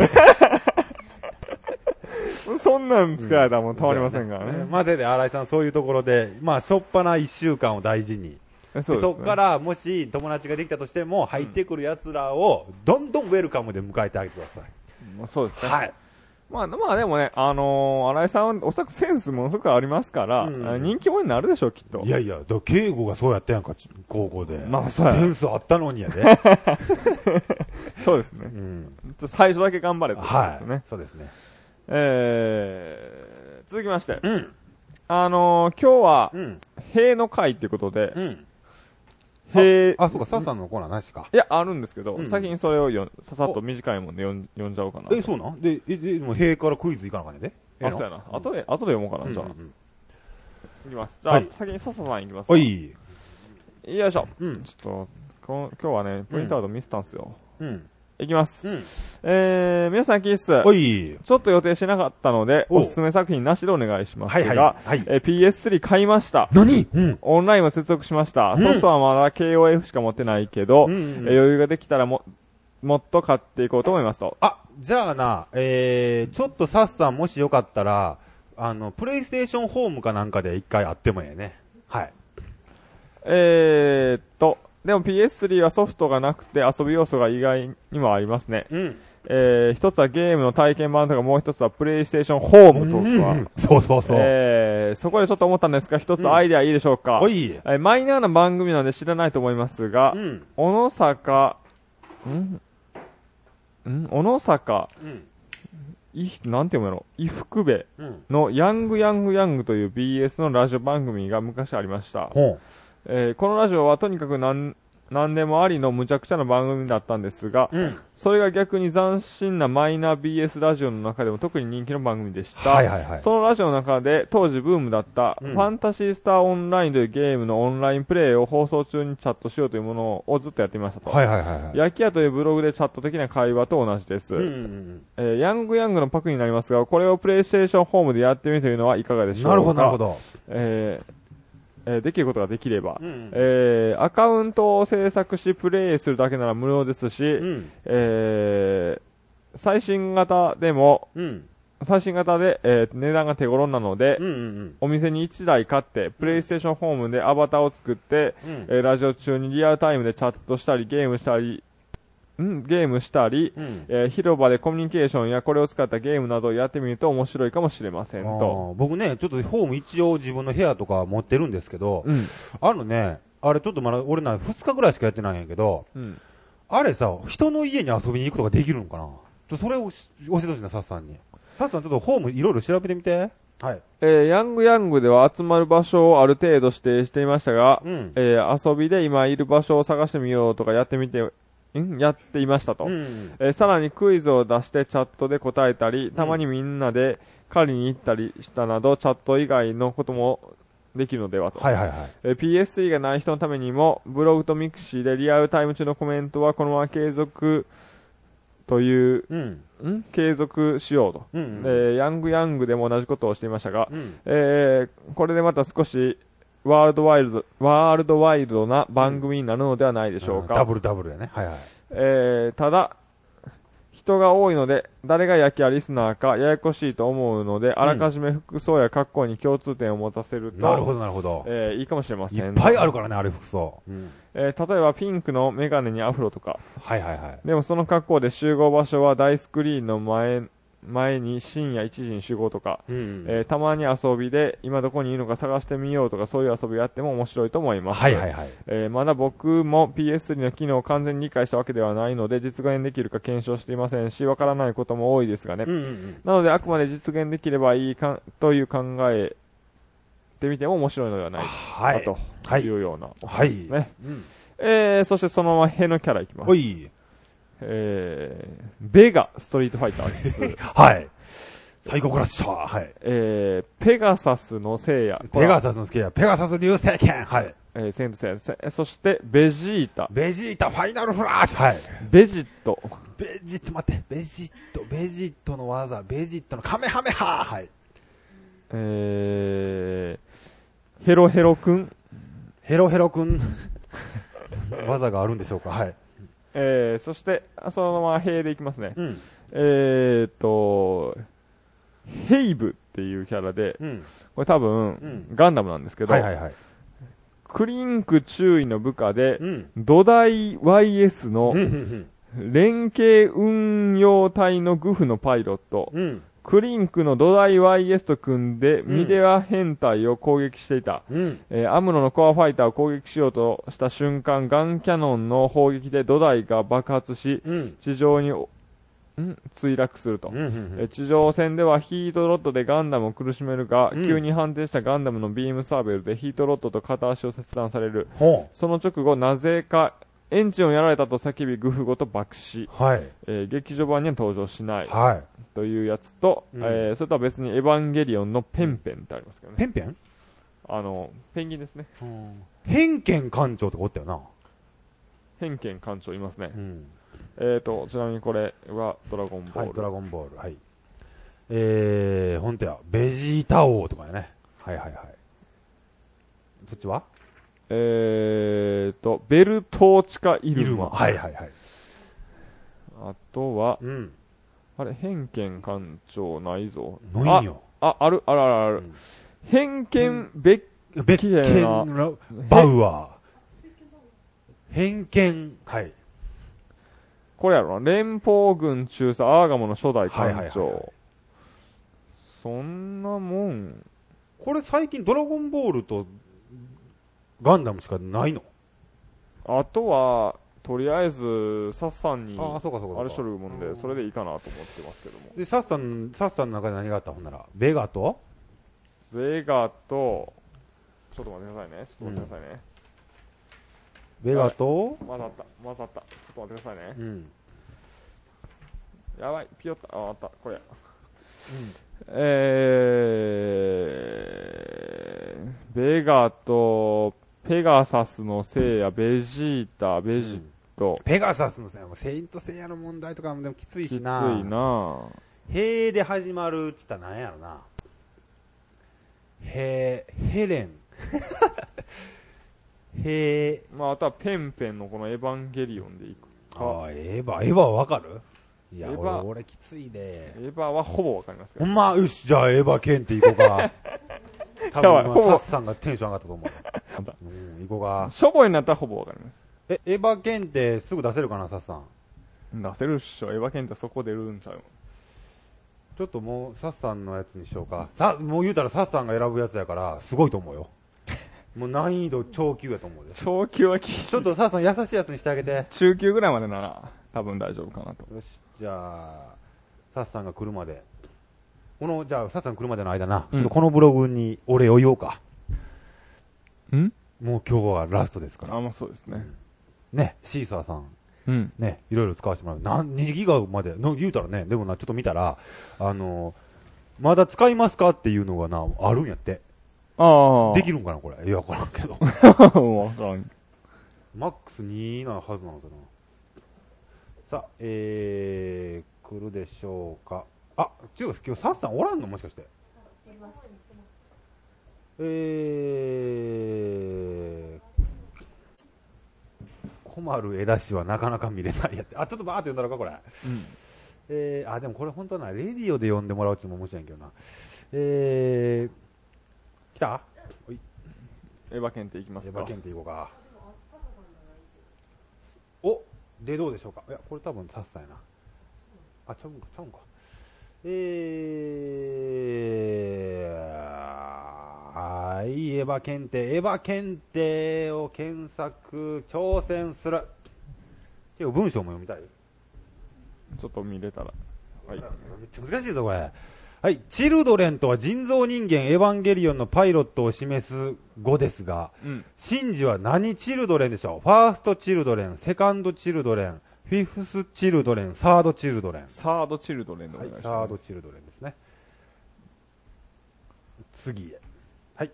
Speaker 1: そんなん使えたらもうたまりませんからね。
Speaker 2: まあ、で、で、新井さん、そういうところで、まあ、しょっぱな一週間を大事に。
Speaker 1: そ
Speaker 2: そう
Speaker 1: ですね
Speaker 2: っか。ら、もし友達ができたとしても、入ってくる奴らを、どんどんウェルカムで迎えてあげてください。
Speaker 1: まあそうですね。
Speaker 2: はい。
Speaker 1: まあ、まあでもね、あのー、新井さんはおそらくセンスものすごくありますから、
Speaker 2: うん
Speaker 1: あ人気者になるでしょう、きっと。
Speaker 2: いやいや、だから敬語がそうやったやんか、ち高校で。
Speaker 1: まあそうや
Speaker 2: センスあったのにや で。
Speaker 1: そうですね
Speaker 2: う。ん。
Speaker 1: ちょっと最初だけ頑張れってことですよね。
Speaker 2: はい。そうですね。
Speaker 1: えー、続きまして、
Speaker 2: うん。
Speaker 1: あのー、今日は、
Speaker 2: うん。
Speaker 1: 塀の会ってことで、
Speaker 2: うん。
Speaker 1: 塀、い
Speaker 2: あ、そうか、サさんのコーナーなしか。
Speaker 1: や、あるんですけど、
Speaker 2: うん
Speaker 1: 先にそれをよささっと短いもんで読ん読んじゃおうかな。
Speaker 2: え、そうなんで、え、で、でも、塀からクイズいかなあかんねんで。
Speaker 1: あ、そうやな。後で、後で読もうかな、じゃあ。
Speaker 2: うん
Speaker 1: いきます。じゃあ、
Speaker 2: はい
Speaker 1: 先に笹さんいきます。
Speaker 2: お。い。
Speaker 1: よいしょ。
Speaker 2: うん。
Speaker 1: ちょっと、こ今日はね、プリントアウトミスったんすよ。
Speaker 2: うん。
Speaker 1: いきます。
Speaker 2: うん。
Speaker 1: えー、皆さんキース。
Speaker 2: おい。
Speaker 1: ちょっと予定しなかったので、
Speaker 2: おう
Speaker 1: おすすめ作品なしでお願いしますが、
Speaker 2: はいはいはい
Speaker 1: えー PS3 買いました。
Speaker 2: 何うん。
Speaker 1: オンラインも接続しました。
Speaker 2: うん
Speaker 1: ソフトはまだ KOF しか持ってないけど、
Speaker 2: うんうんうん
Speaker 1: えー余裕ができたらも、もっと買っていこうと思いますと。
Speaker 2: あ、じゃあな、えー、ちょっとサッさんもしよかったら、あの、プレイステーションホームかなんかで一回会ってもええね。はい。
Speaker 1: えー、っと、でも PS3 はソフトがなくて遊び要素が意外にもありますね。
Speaker 2: うん。
Speaker 1: えー、一つはゲームの体験版とかもう一つはプレイステーションホームとか、
Speaker 2: そうそうそう。
Speaker 1: えー、そこでちょっと思ったんですが、一つアイデアいいでしょうか、
Speaker 2: おい。
Speaker 1: えーマイナーな番組なので知らないと思いますが、
Speaker 2: うん。
Speaker 1: 小野坂、んん小野坂、
Speaker 2: うん。
Speaker 1: い、なんて読むやろ、伊福部
Speaker 2: うん。
Speaker 1: のヤングヤングヤングという BS のラジオ番組が昔ありました。
Speaker 2: ほ
Speaker 1: えーこのラジオはとにかくなん、何でもありの無茶苦茶な番組だったんですが、
Speaker 2: うん。
Speaker 1: それが逆に斬新なマイナー BS ラジオの中でも特に人気の番組でした。
Speaker 2: はいはいはい。
Speaker 1: そのラジオの中で当時ブームだった、
Speaker 2: うん
Speaker 1: ファンタシースターオンラインというゲームのオンラインプレイを放送中にチャットしようというものをずっとやっていましたと。
Speaker 2: はいはいはいはい。
Speaker 1: 焼き屋というブログでチャット的な会話と同じです。
Speaker 2: うんうん
Speaker 1: えーヤングヤングのパクになりますが、これをプレイステーションホームでやってみるというのはいかが
Speaker 2: う
Speaker 1: で
Speaker 2: ん。
Speaker 1: しょうか。
Speaker 2: なるほどなるほど。
Speaker 1: えーえーできることができれば。
Speaker 2: ん
Speaker 1: えーアカウントを制作しプレイするだけなら無料ですし、
Speaker 2: うん。
Speaker 1: えー最新型でも、
Speaker 2: うん。
Speaker 1: 最新型で、えー値段が手頃なので、
Speaker 2: うんうん
Speaker 1: お店に1台買って、プレイステーションホームでアバターを作って、
Speaker 2: うん。うん
Speaker 1: えーラジオ中にリアルタイムでチャットしたり、ゲームしたり、んゲームしたり、
Speaker 2: うん。
Speaker 1: えー広場でコミュニケーションやこれを使ったゲームなどをやってみると面白いかもしれませんと。
Speaker 2: あー僕ね、ちょっとホーム一応自分の部屋とか持ってるんですけど、
Speaker 1: うん。
Speaker 2: あのね、あれちょっとまだ俺な、2日ぐらいしかやってないんやけど、
Speaker 1: うん。
Speaker 2: あれさ、人の家に遊びに行くとかできるのかなちょそれをし教えてほしいな、サッさんに。サッさんちょっとホームいろいろ調べてみて。はい。
Speaker 1: えーヤングヤングでは集まる場所をある程度指定していましたが、
Speaker 2: うん。
Speaker 1: えー遊びで今いる場所を探してみようとかやってみて、んやっていましたと。
Speaker 2: うん。
Speaker 1: えーさらにクイズを出してチャットで答えたり、たまにみんなで狩りに行ったりしたなど、チャット以外のこともできるのではと。
Speaker 2: はいはいはい。
Speaker 1: えー PSE がない人のためにも、ブログとミクシーでリアルタイム中のコメントはこのまま継続という、
Speaker 2: うん。
Speaker 1: ん継続しようと。
Speaker 2: う
Speaker 1: え
Speaker 2: ん。
Speaker 1: ーヤングヤングでも同じことをしていましたが、
Speaker 2: うん。
Speaker 1: えーこれでまた少し、ワールドワイルド、ワールドワイルドな番組になるのではないでしょうか。
Speaker 2: ダブルダブルやね。はいはい。
Speaker 1: えーただ、人が多いので、誰が焼きやリスナーかややこしいと思うので、あらかじめ服装や格好に共通点を持たせると、
Speaker 2: なるほどなるほど。
Speaker 1: えーいいかもしれません。
Speaker 2: いっぱいあるからね、あれ服装。うん。
Speaker 1: えー例えばピンクのメガネにアフロとか、
Speaker 2: はいはいはい。
Speaker 1: でもその格好で集合場所は大スクリーンの前、前に深夜1時に集合とか、
Speaker 2: うん
Speaker 1: えーたまに遊びで今どこにいるのか探してみようとかそういう遊びやっても面白いと思います。
Speaker 2: はいはいはい。
Speaker 1: えーまだ僕も PS3 の機能を完全に理解したわけではないので、実現できるか検証していませんし、わからないことも多いですがね。
Speaker 2: うんうん
Speaker 1: なので、あくまで実現できればいいか、という考えてみても面白いのではない
Speaker 2: は
Speaker 1: か
Speaker 2: い。
Speaker 1: と
Speaker 2: はい
Speaker 1: いうようなお
Speaker 2: は
Speaker 1: 話
Speaker 2: い
Speaker 1: ですね。えー、そしてそのままへのキャラいきます
Speaker 2: お。い。
Speaker 1: えー、ベガ、ストリートファイターです。
Speaker 2: はい。最高クラッシャー。はい。
Speaker 1: えー、ペガサスの聖夜。
Speaker 2: ペガサスの好きや。ペガサス流星剣。はい。
Speaker 1: えー、セントセイヤですねえーそして、ベジータ、
Speaker 2: ベジータファイナルフラッシュ。はい。
Speaker 1: ベジット、
Speaker 2: ベジット、待って。ベジット、ベジットの技。ベジットのカメハメハ。はい。
Speaker 1: えー、ヘロヘロくん、
Speaker 2: ヘロヘロくん。技があるんでしょうか。はい。
Speaker 1: えー、そして、あそのまま兵でいきますね。
Speaker 2: うん。
Speaker 1: えーっと、ヘイブっていうキャラで、
Speaker 2: うん。
Speaker 1: これ多分、
Speaker 2: ん
Speaker 1: ガンダムなんですけど、
Speaker 2: はいはいはい。
Speaker 1: クリンク注意の部下で、
Speaker 2: ん。
Speaker 1: 土台 YS の
Speaker 2: うんうん
Speaker 1: 連携運用隊のグフのパイロット、
Speaker 2: うん。うん。
Speaker 1: クリンクの土台 YS と組んで、
Speaker 2: ん
Speaker 1: ミデア変態を攻撃していた。
Speaker 2: うん。
Speaker 1: えーアムロのコアファイターを攻撃しようとした瞬間、ガンキャノンの砲撃で土台が爆発し、
Speaker 2: うん。
Speaker 1: 地上にお、ん墜落すると。えー
Speaker 2: ん。
Speaker 1: 地上戦ではヒートロッドでガンダムを苦しめるが、
Speaker 2: うん
Speaker 1: 急に反転したガンダムのビームサーベルでヒートロッドと片足を切断される。
Speaker 2: ほ
Speaker 1: その直後、なぜか、エンジンをやられたと叫び、グフごと爆死。
Speaker 2: う。はい。
Speaker 1: えー劇場版には登場しない。
Speaker 2: は
Speaker 1: というやつと、
Speaker 2: うん
Speaker 1: えーそれとは別にエヴァンゲリオンのペンペンってありますけど
Speaker 2: い。
Speaker 1: ね。
Speaker 2: ペンペン
Speaker 1: あの、ペンギンですね。
Speaker 2: 偏見館長とかおったよな。
Speaker 1: 偏見艦長いますね
Speaker 2: う。ん。
Speaker 1: えーと、ちなみにこれはドラゴンボ
Speaker 2: はい、
Speaker 1: ー
Speaker 2: ド
Speaker 1: ル。
Speaker 2: ラゴンボール。はい。えー、ほんとや、ベジータ王とかやね。はいはいはい。そっちは
Speaker 1: えーと、ベルトーチカイルマ。
Speaker 2: はいはいはい。
Speaker 1: あとは、
Speaker 2: うん。
Speaker 1: あれ、偏見艦長ないぞ。
Speaker 2: 何よ。
Speaker 1: あ、ある、あるあるある。偏見、べっ、
Speaker 2: 別
Speaker 1: 綺麗な
Speaker 2: 件ラ、バウアー。偏見。はい。
Speaker 1: これやろな。連邦軍中佐、アーガモの初代
Speaker 2: はいはいは
Speaker 1: 艦
Speaker 2: い
Speaker 1: 長。そんなもん、
Speaker 2: これ最近ドラゴンボールとガンダムしかないの
Speaker 1: あとは、とりあえず、サッさんに、
Speaker 2: そうかそう
Speaker 1: あれしょるもん
Speaker 2: う
Speaker 1: で、
Speaker 2: ん
Speaker 1: それでいいかなと思ってますけども。
Speaker 2: で、サッさん、サッさんの中で何があったほんなら、ベガと
Speaker 1: ベガと、ちょっと待ってくださいね。ちょっと待ってくださいね。
Speaker 2: ベガと、
Speaker 1: 混ざった、混ざった。ちょっと待ってくださいね
Speaker 2: う。ん。
Speaker 1: やばい、ピヨった。あ、あった、これ。えー、ベガと、ペガサスの聖夜、ベジータ、ベジト。
Speaker 2: ペガサスのさ、もうセイントセイヤの問題とかもでもきつい
Speaker 1: きつい
Speaker 2: しな。
Speaker 1: な
Speaker 2: へーで始まるって言ったら何やろな。へー、ヘ レン。へ
Speaker 1: まあ、あとはペンペンのこのエヴァンゲリオンでいく。
Speaker 2: ー。あー、エヴァ、エヴァわかるいや、
Speaker 1: エヴァ
Speaker 2: 俺、俺きついで。
Speaker 1: エヴァはほぼわかりますけ
Speaker 2: ほ
Speaker 1: ど。
Speaker 2: んま、よし、じゃあエヴァケンって行こうか。 多
Speaker 1: やばい
Speaker 2: 分
Speaker 1: ほぼ
Speaker 2: 今、サスさんがテンション上がったと思
Speaker 1: だ
Speaker 2: う。うん、行こうか。
Speaker 1: 初歩になったらほぼわかります。
Speaker 2: え、エヴァケンってすぐ出せるかな、サスさん。
Speaker 1: 出せるっしょ。エヴァケンってそこ出るんちゃう
Speaker 2: ちょっともう、サスさんのやつにしようか。さ、もう言うたらサスさんが選ぶやつやから、すごいと思う よ。もう難易度超級やと思うで。ち
Speaker 1: 長級はきつ
Speaker 2: ょっとサスさん優しいやつにしてあげて。
Speaker 1: 中級ぐらいまでなら、多分大丈夫かなと。
Speaker 2: よし、じゃあ、サスさんが来るまで。この、じゃあ、サスさん来るまでの間な、
Speaker 1: うん
Speaker 2: ちょっとこのブログにお礼を言おうか。
Speaker 1: ん
Speaker 2: もう今日はラストですから。
Speaker 1: あ、まあそうですね。
Speaker 2: ね、シーサーさん、
Speaker 1: うん。
Speaker 2: ね、いろいろ使わせてもらう。なん、2ギガまで、の言うたらね、でもな、ちょっと見たら、あの、まだ使いますかっていうのがな、あるんやって。
Speaker 1: ああ。
Speaker 2: できるんかな、これ。いや、わからんけ ど。
Speaker 1: わからん。
Speaker 2: マックス2なはずなのかな。さあ、えー、来るでしょうか。あ、違う、今日サッさんおらんのもしかして。えー、困る枝氏はなかなか見れないやって。あ、ちょっとバーって読んだろか、これ。
Speaker 1: うん。
Speaker 2: えー、あ、でもこれ本当はな、レディオで呼んでもらうっていうのも面白いんやけどな。えー、来た
Speaker 1: エヴァケンっていきます
Speaker 2: エ
Speaker 1: か
Speaker 2: ヴァ検定いこうか。おでどうでしょうかいや、これ多分さっさやな。あ、ちゃうんか、ちゃうんか。えー、はい、エヴァ検定、エヴァ検定を検索、挑戦する。ていう文章も読みたい
Speaker 1: ちょっと見れたら。はい。
Speaker 2: めっちゃ難しいぞ、これ。はい。チルドレンとは人造人間エヴァンゲリオンのパイロットを示す語ですが、
Speaker 1: うん。
Speaker 2: シンジは何チルドレンでしょうファーストチルドレン、セカンドチルドレン、フィフスチルドレン、サードチルドレン。
Speaker 1: サードチルドレンでお
Speaker 2: は
Speaker 1: 願
Speaker 2: い
Speaker 1: いし、ます。
Speaker 2: サードチルドレンですね。次へ。はい。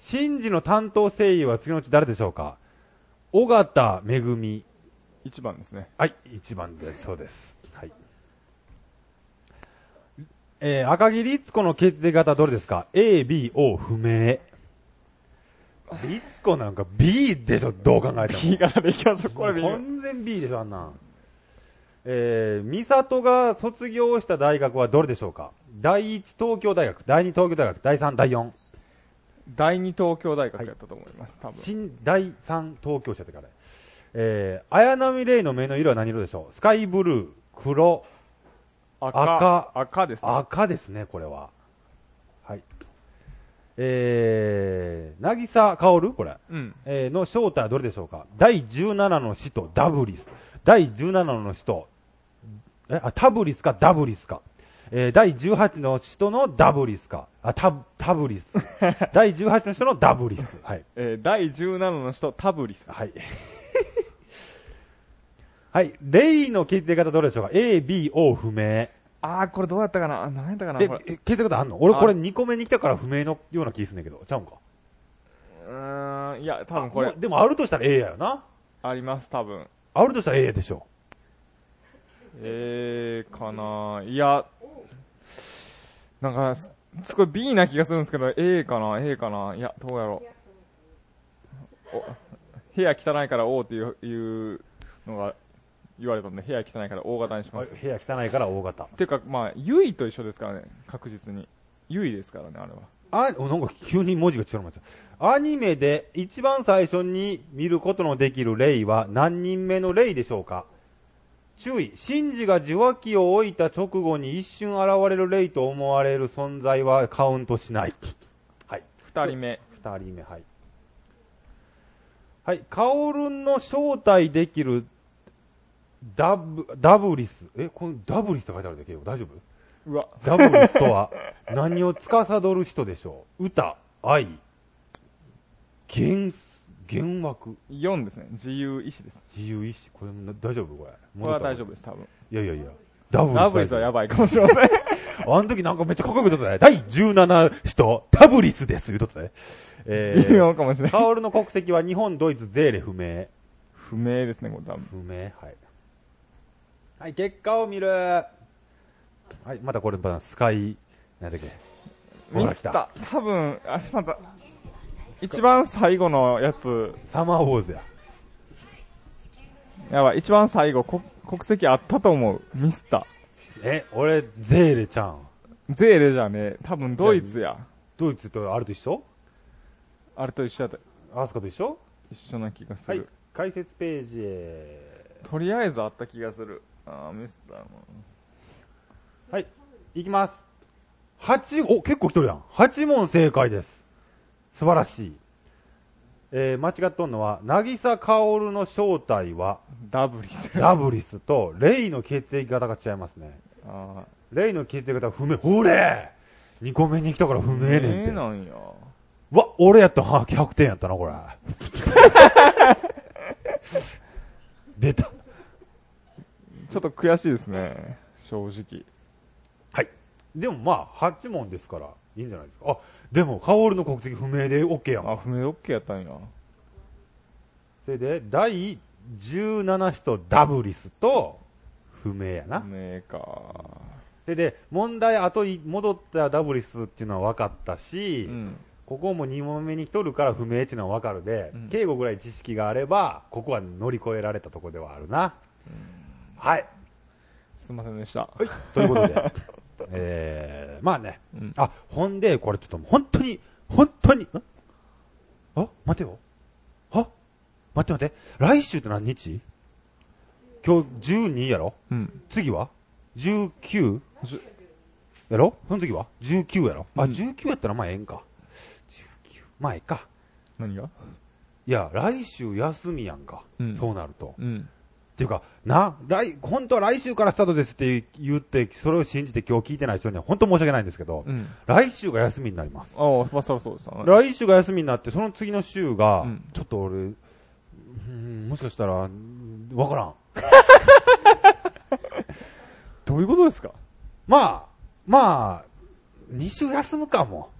Speaker 2: シンジの担当声優は次のうち誰でしょうか尾形めぐみ。
Speaker 1: 1番ですね。
Speaker 2: はい、一番です。そうです。はい。えー、赤木律子の血液型はどれですか ?A、B、O 不明。律子なんか B でしょ、どう考えても。
Speaker 1: B 柄でいきましょう。これ B 柄。
Speaker 2: 完全 B でしょ、あんなん。えー、美里が卒業した大学はどれでしょうか第1東京大学、第2東京大学、第3、第4。
Speaker 1: 第二東京大学やったと思います。多分。
Speaker 2: 新第3東京社ってから。えー、綾波レイの目の色は何色でしょうスカイブルー、黒、赤
Speaker 1: 赤。赤ですね。
Speaker 2: 赤ですね、これは。はい。えー、なぎさかおるこれ。
Speaker 1: うん。
Speaker 2: えーの正体はどれでしょうか第17の使徒、ダブリス。第17の使徒、え、あ、タブリスか、ダブリスか。えー第18の使徒のダブリスか。あ、タブ、タブリス。第18の使徒のダブリス。はい。
Speaker 1: えー第17の人、タブリス。
Speaker 2: はい。はい。レイの血液型どれでしょうか ?A、B、O 不明。
Speaker 1: あー、これどうやったかなあ何やったかな
Speaker 2: え
Speaker 1: これ。、
Speaker 2: え聞いたことあんの俺これ
Speaker 1: あ
Speaker 2: 2個目に来たから不明のような気すんだけど。ちゃうんか。
Speaker 1: うーん、いや、多分これ
Speaker 2: も、うでもあるとしたら A やよな。
Speaker 1: あります、多分。
Speaker 2: あるとしたら A でしょ。
Speaker 1: えー、かないや、なんか、すすごい B な気がするんですけど、A かな ?A かないや、どうやろう。お部屋汚いから O っていういうのが言われたんで、部屋汚いから O 型にし
Speaker 2: は
Speaker 1: ま
Speaker 2: い
Speaker 1: す。
Speaker 2: 部屋汚いから O 型。
Speaker 1: ていうか、まあ、ゆいと一緒ですからね、確実に。ゆいですからね、あれは。
Speaker 2: あ、おなんか急に文字が違うの待ってアニメで一番最初に見ることのできる霊は何人目の霊でしょうか注意。シンジが受話器を置いた直後に一瞬現れる霊と思われる存在はカウントしない。はい。
Speaker 1: 二人目。
Speaker 2: 二人目、はい。はい。カオルンの招待できるダブ、ダブリス。え、このダブリスって書いてあるだけよ。大丈夫
Speaker 1: うわ、
Speaker 2: ダブルス とは何を司る人でしょう歌、愛、幻、幻惑。
Speaker 1: 4ですね。自由意志です。
Speaker 2: 自由意志。これもな大丈夫これ。
Speaker 1: これは大丈
Speaker 2: 夫。
Speaker 1: 夫です、多分。
Speaker 2: いやいやいや。ダブルス。
Speaker 1: ラブリスはやばいかもしれません。
Speaker 2: あの時なんかめっちゃかっこよく言っとったね。第17人、タブリスです。言うとったね。え
Speaker 1: 微
Speaker 2: ー、
Speaker 1: 妙かもしれない。
Speaker 2: カオルの国籍は日本、ドイツ、ゼーレ不明。
Speaker 1: 不明ですね、これ多分。
Speaker 2: 不明はい。はい、結果を見る。はい、またこれ、まだスカイ、なんだっけ。ほ
Speaker 1: ミ
Speaker 2: ら
Speaker 1: ス
Speaker 2: 来
Speaker 1: タ
Speaker 2: た。
Speaker 1: ー、多分、あ、しまった。一番最後のやつ、
Speaker 2: サマーウォーズや。
Speaker 1: やばい、一番最後、こ国籍あったと思う。ミスタ
Speaker 2: え、俺、ゼーレちゃん。
Speaker 1: ー。ゼーレじゃねえ。多分ドイツや。
Speaker 2: ドイツとあれと一緒
Speaker 1: あれと一緒やった。
Speaker 2: アスカと一緒
Speaker 1: 一緒な気がす
Speaker 2: は
Speaker 1: る。
Speaker 2: い。解説ページへ。
Speaker 1: とりあえずあった気がする。あーミスターも。
Speaker 2: はい。いきます。八、お、結構来とるやん。八問正解です。素晴らしい。えー、間違っとんのは、渚薫の正体は、
Speaker 1: ダブリス。
Speaker 2: ダブリスと、レイの血液型が違いますね。
Speaker 1: あ
Speaker 2: レイの血液型不明。ほれ !2 個目に来たから不
Speaker 1: ー
Speaker 2: 明ねんて。
Speaker 1: なんや。
Speaker 2: わ、俺やったら100点やったな、これ。 出た。
Speaker 1: ちょっと悔しいですね。正直。
Speaker 2: はい。でもまあ、8問ですから、いいんじゃないですか。あ、でも、カオルの国籍不明で OK やん。
Speaker 1: あ、不明 OK やったんや。
Speaker 2: それで、第17人ダブリスと、不明やな
Speaker 1: 不。明か。
Speaker 2: それで、問題後に戻ったダブリスっていうのは分かったし、
Speaker 1: うん。
Speaker 2: ここも2問目に来とるから不明っていうのは分かるで、
Speaker 1: うん
Speaker 2: 敬語ぐらい知識があれば、ここは乗り越えられたとこではあるな。はい。
Speaker 1: すいませんでした。
Speaker 2: はい。ということ で、えー、まあね、
Speaker 1: うん
Speaker 2: あ、ほんで、これちょっと本当に、本当に、んあ、待てよ。あ、待って待って。来週って何日今日12やろ
Speaker 1: うん。
Speaker 2: 次は ?19?
Speaker 1: じゅ
Speaker 2: やろその次は ?19 やろあ、
Speaker 1: うん
Speaker 2: 19やったらまあええんか。19。まあええか。
Speaker 1: 何が
Speaker 2: いや、来週休みやんか。
Speaker 1: うん
Speaker 2: そうなると。
Speaker 1: うん。
Speaker 2: っていうか、な、来、本当は来週からスタートですって言って、それを信じて今日聞いてない人には本当申し訳ないんですけど、
Speaker 1: うん。
Speaker 2: 来週が休みになります。
Speaker 1: ああ、まあ、そりゃそうですわね。
Speaker 2: 来週が休みになって、その次の週が、
Speaker 1: うん
Speaker 2: ちょっと俺、うんもしかしたら、うんわからん。
Speaker 1: どういうことですか
Speaker 2: まあ、まあ、2週休むかも。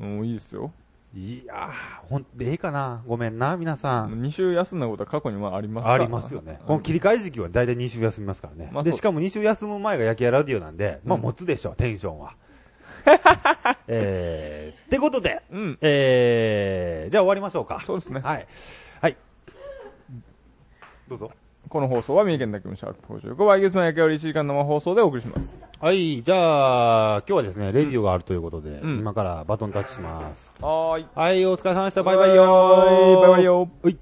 Speaker 1: もういいですよ。
Speaker 2: いやー、ほんで、ええかな。ごめんな、皆さん。
Speaker 1: 2週休んだことは過去にもありますか
Speaker 2: あ
Speaker 1: ら
Speaker 2: りますよね。
Speaker 1: うん
Speaker 2: この切り替え時期は大体2週休みますからね。
Speaker 1: まあ
Speaker 2: で、
Speaker 1: そう
Speaker 2: しかも2週休む前が焼き屋ラジオなんで、まあ
Speaker 1: うん
Speaker 2: 持つでしょう、テンション は。えー、ってことで、
Speaker 1: うん。
Speaker 2: えー、じゃあ終わりましょうか。
Speaker 1: そうですね。
Speaker 2: はい。はい。どうぞ。
Speaker 1: この放送は三重県だけのシャープ55は、イギリスの野球より1時間生放送でお送りします。
Speaker 2: はい、じゃあ、今日はですね、レディオがあるということで、
Speaker 1: うん
Speaker 2: 今からバトンタッチします。
Speaker 1: はーい。
Speaker 2: はい、お疲れ様でした。バイバイよー
Speaker 1: バイバイよー
Speaker 2: はい。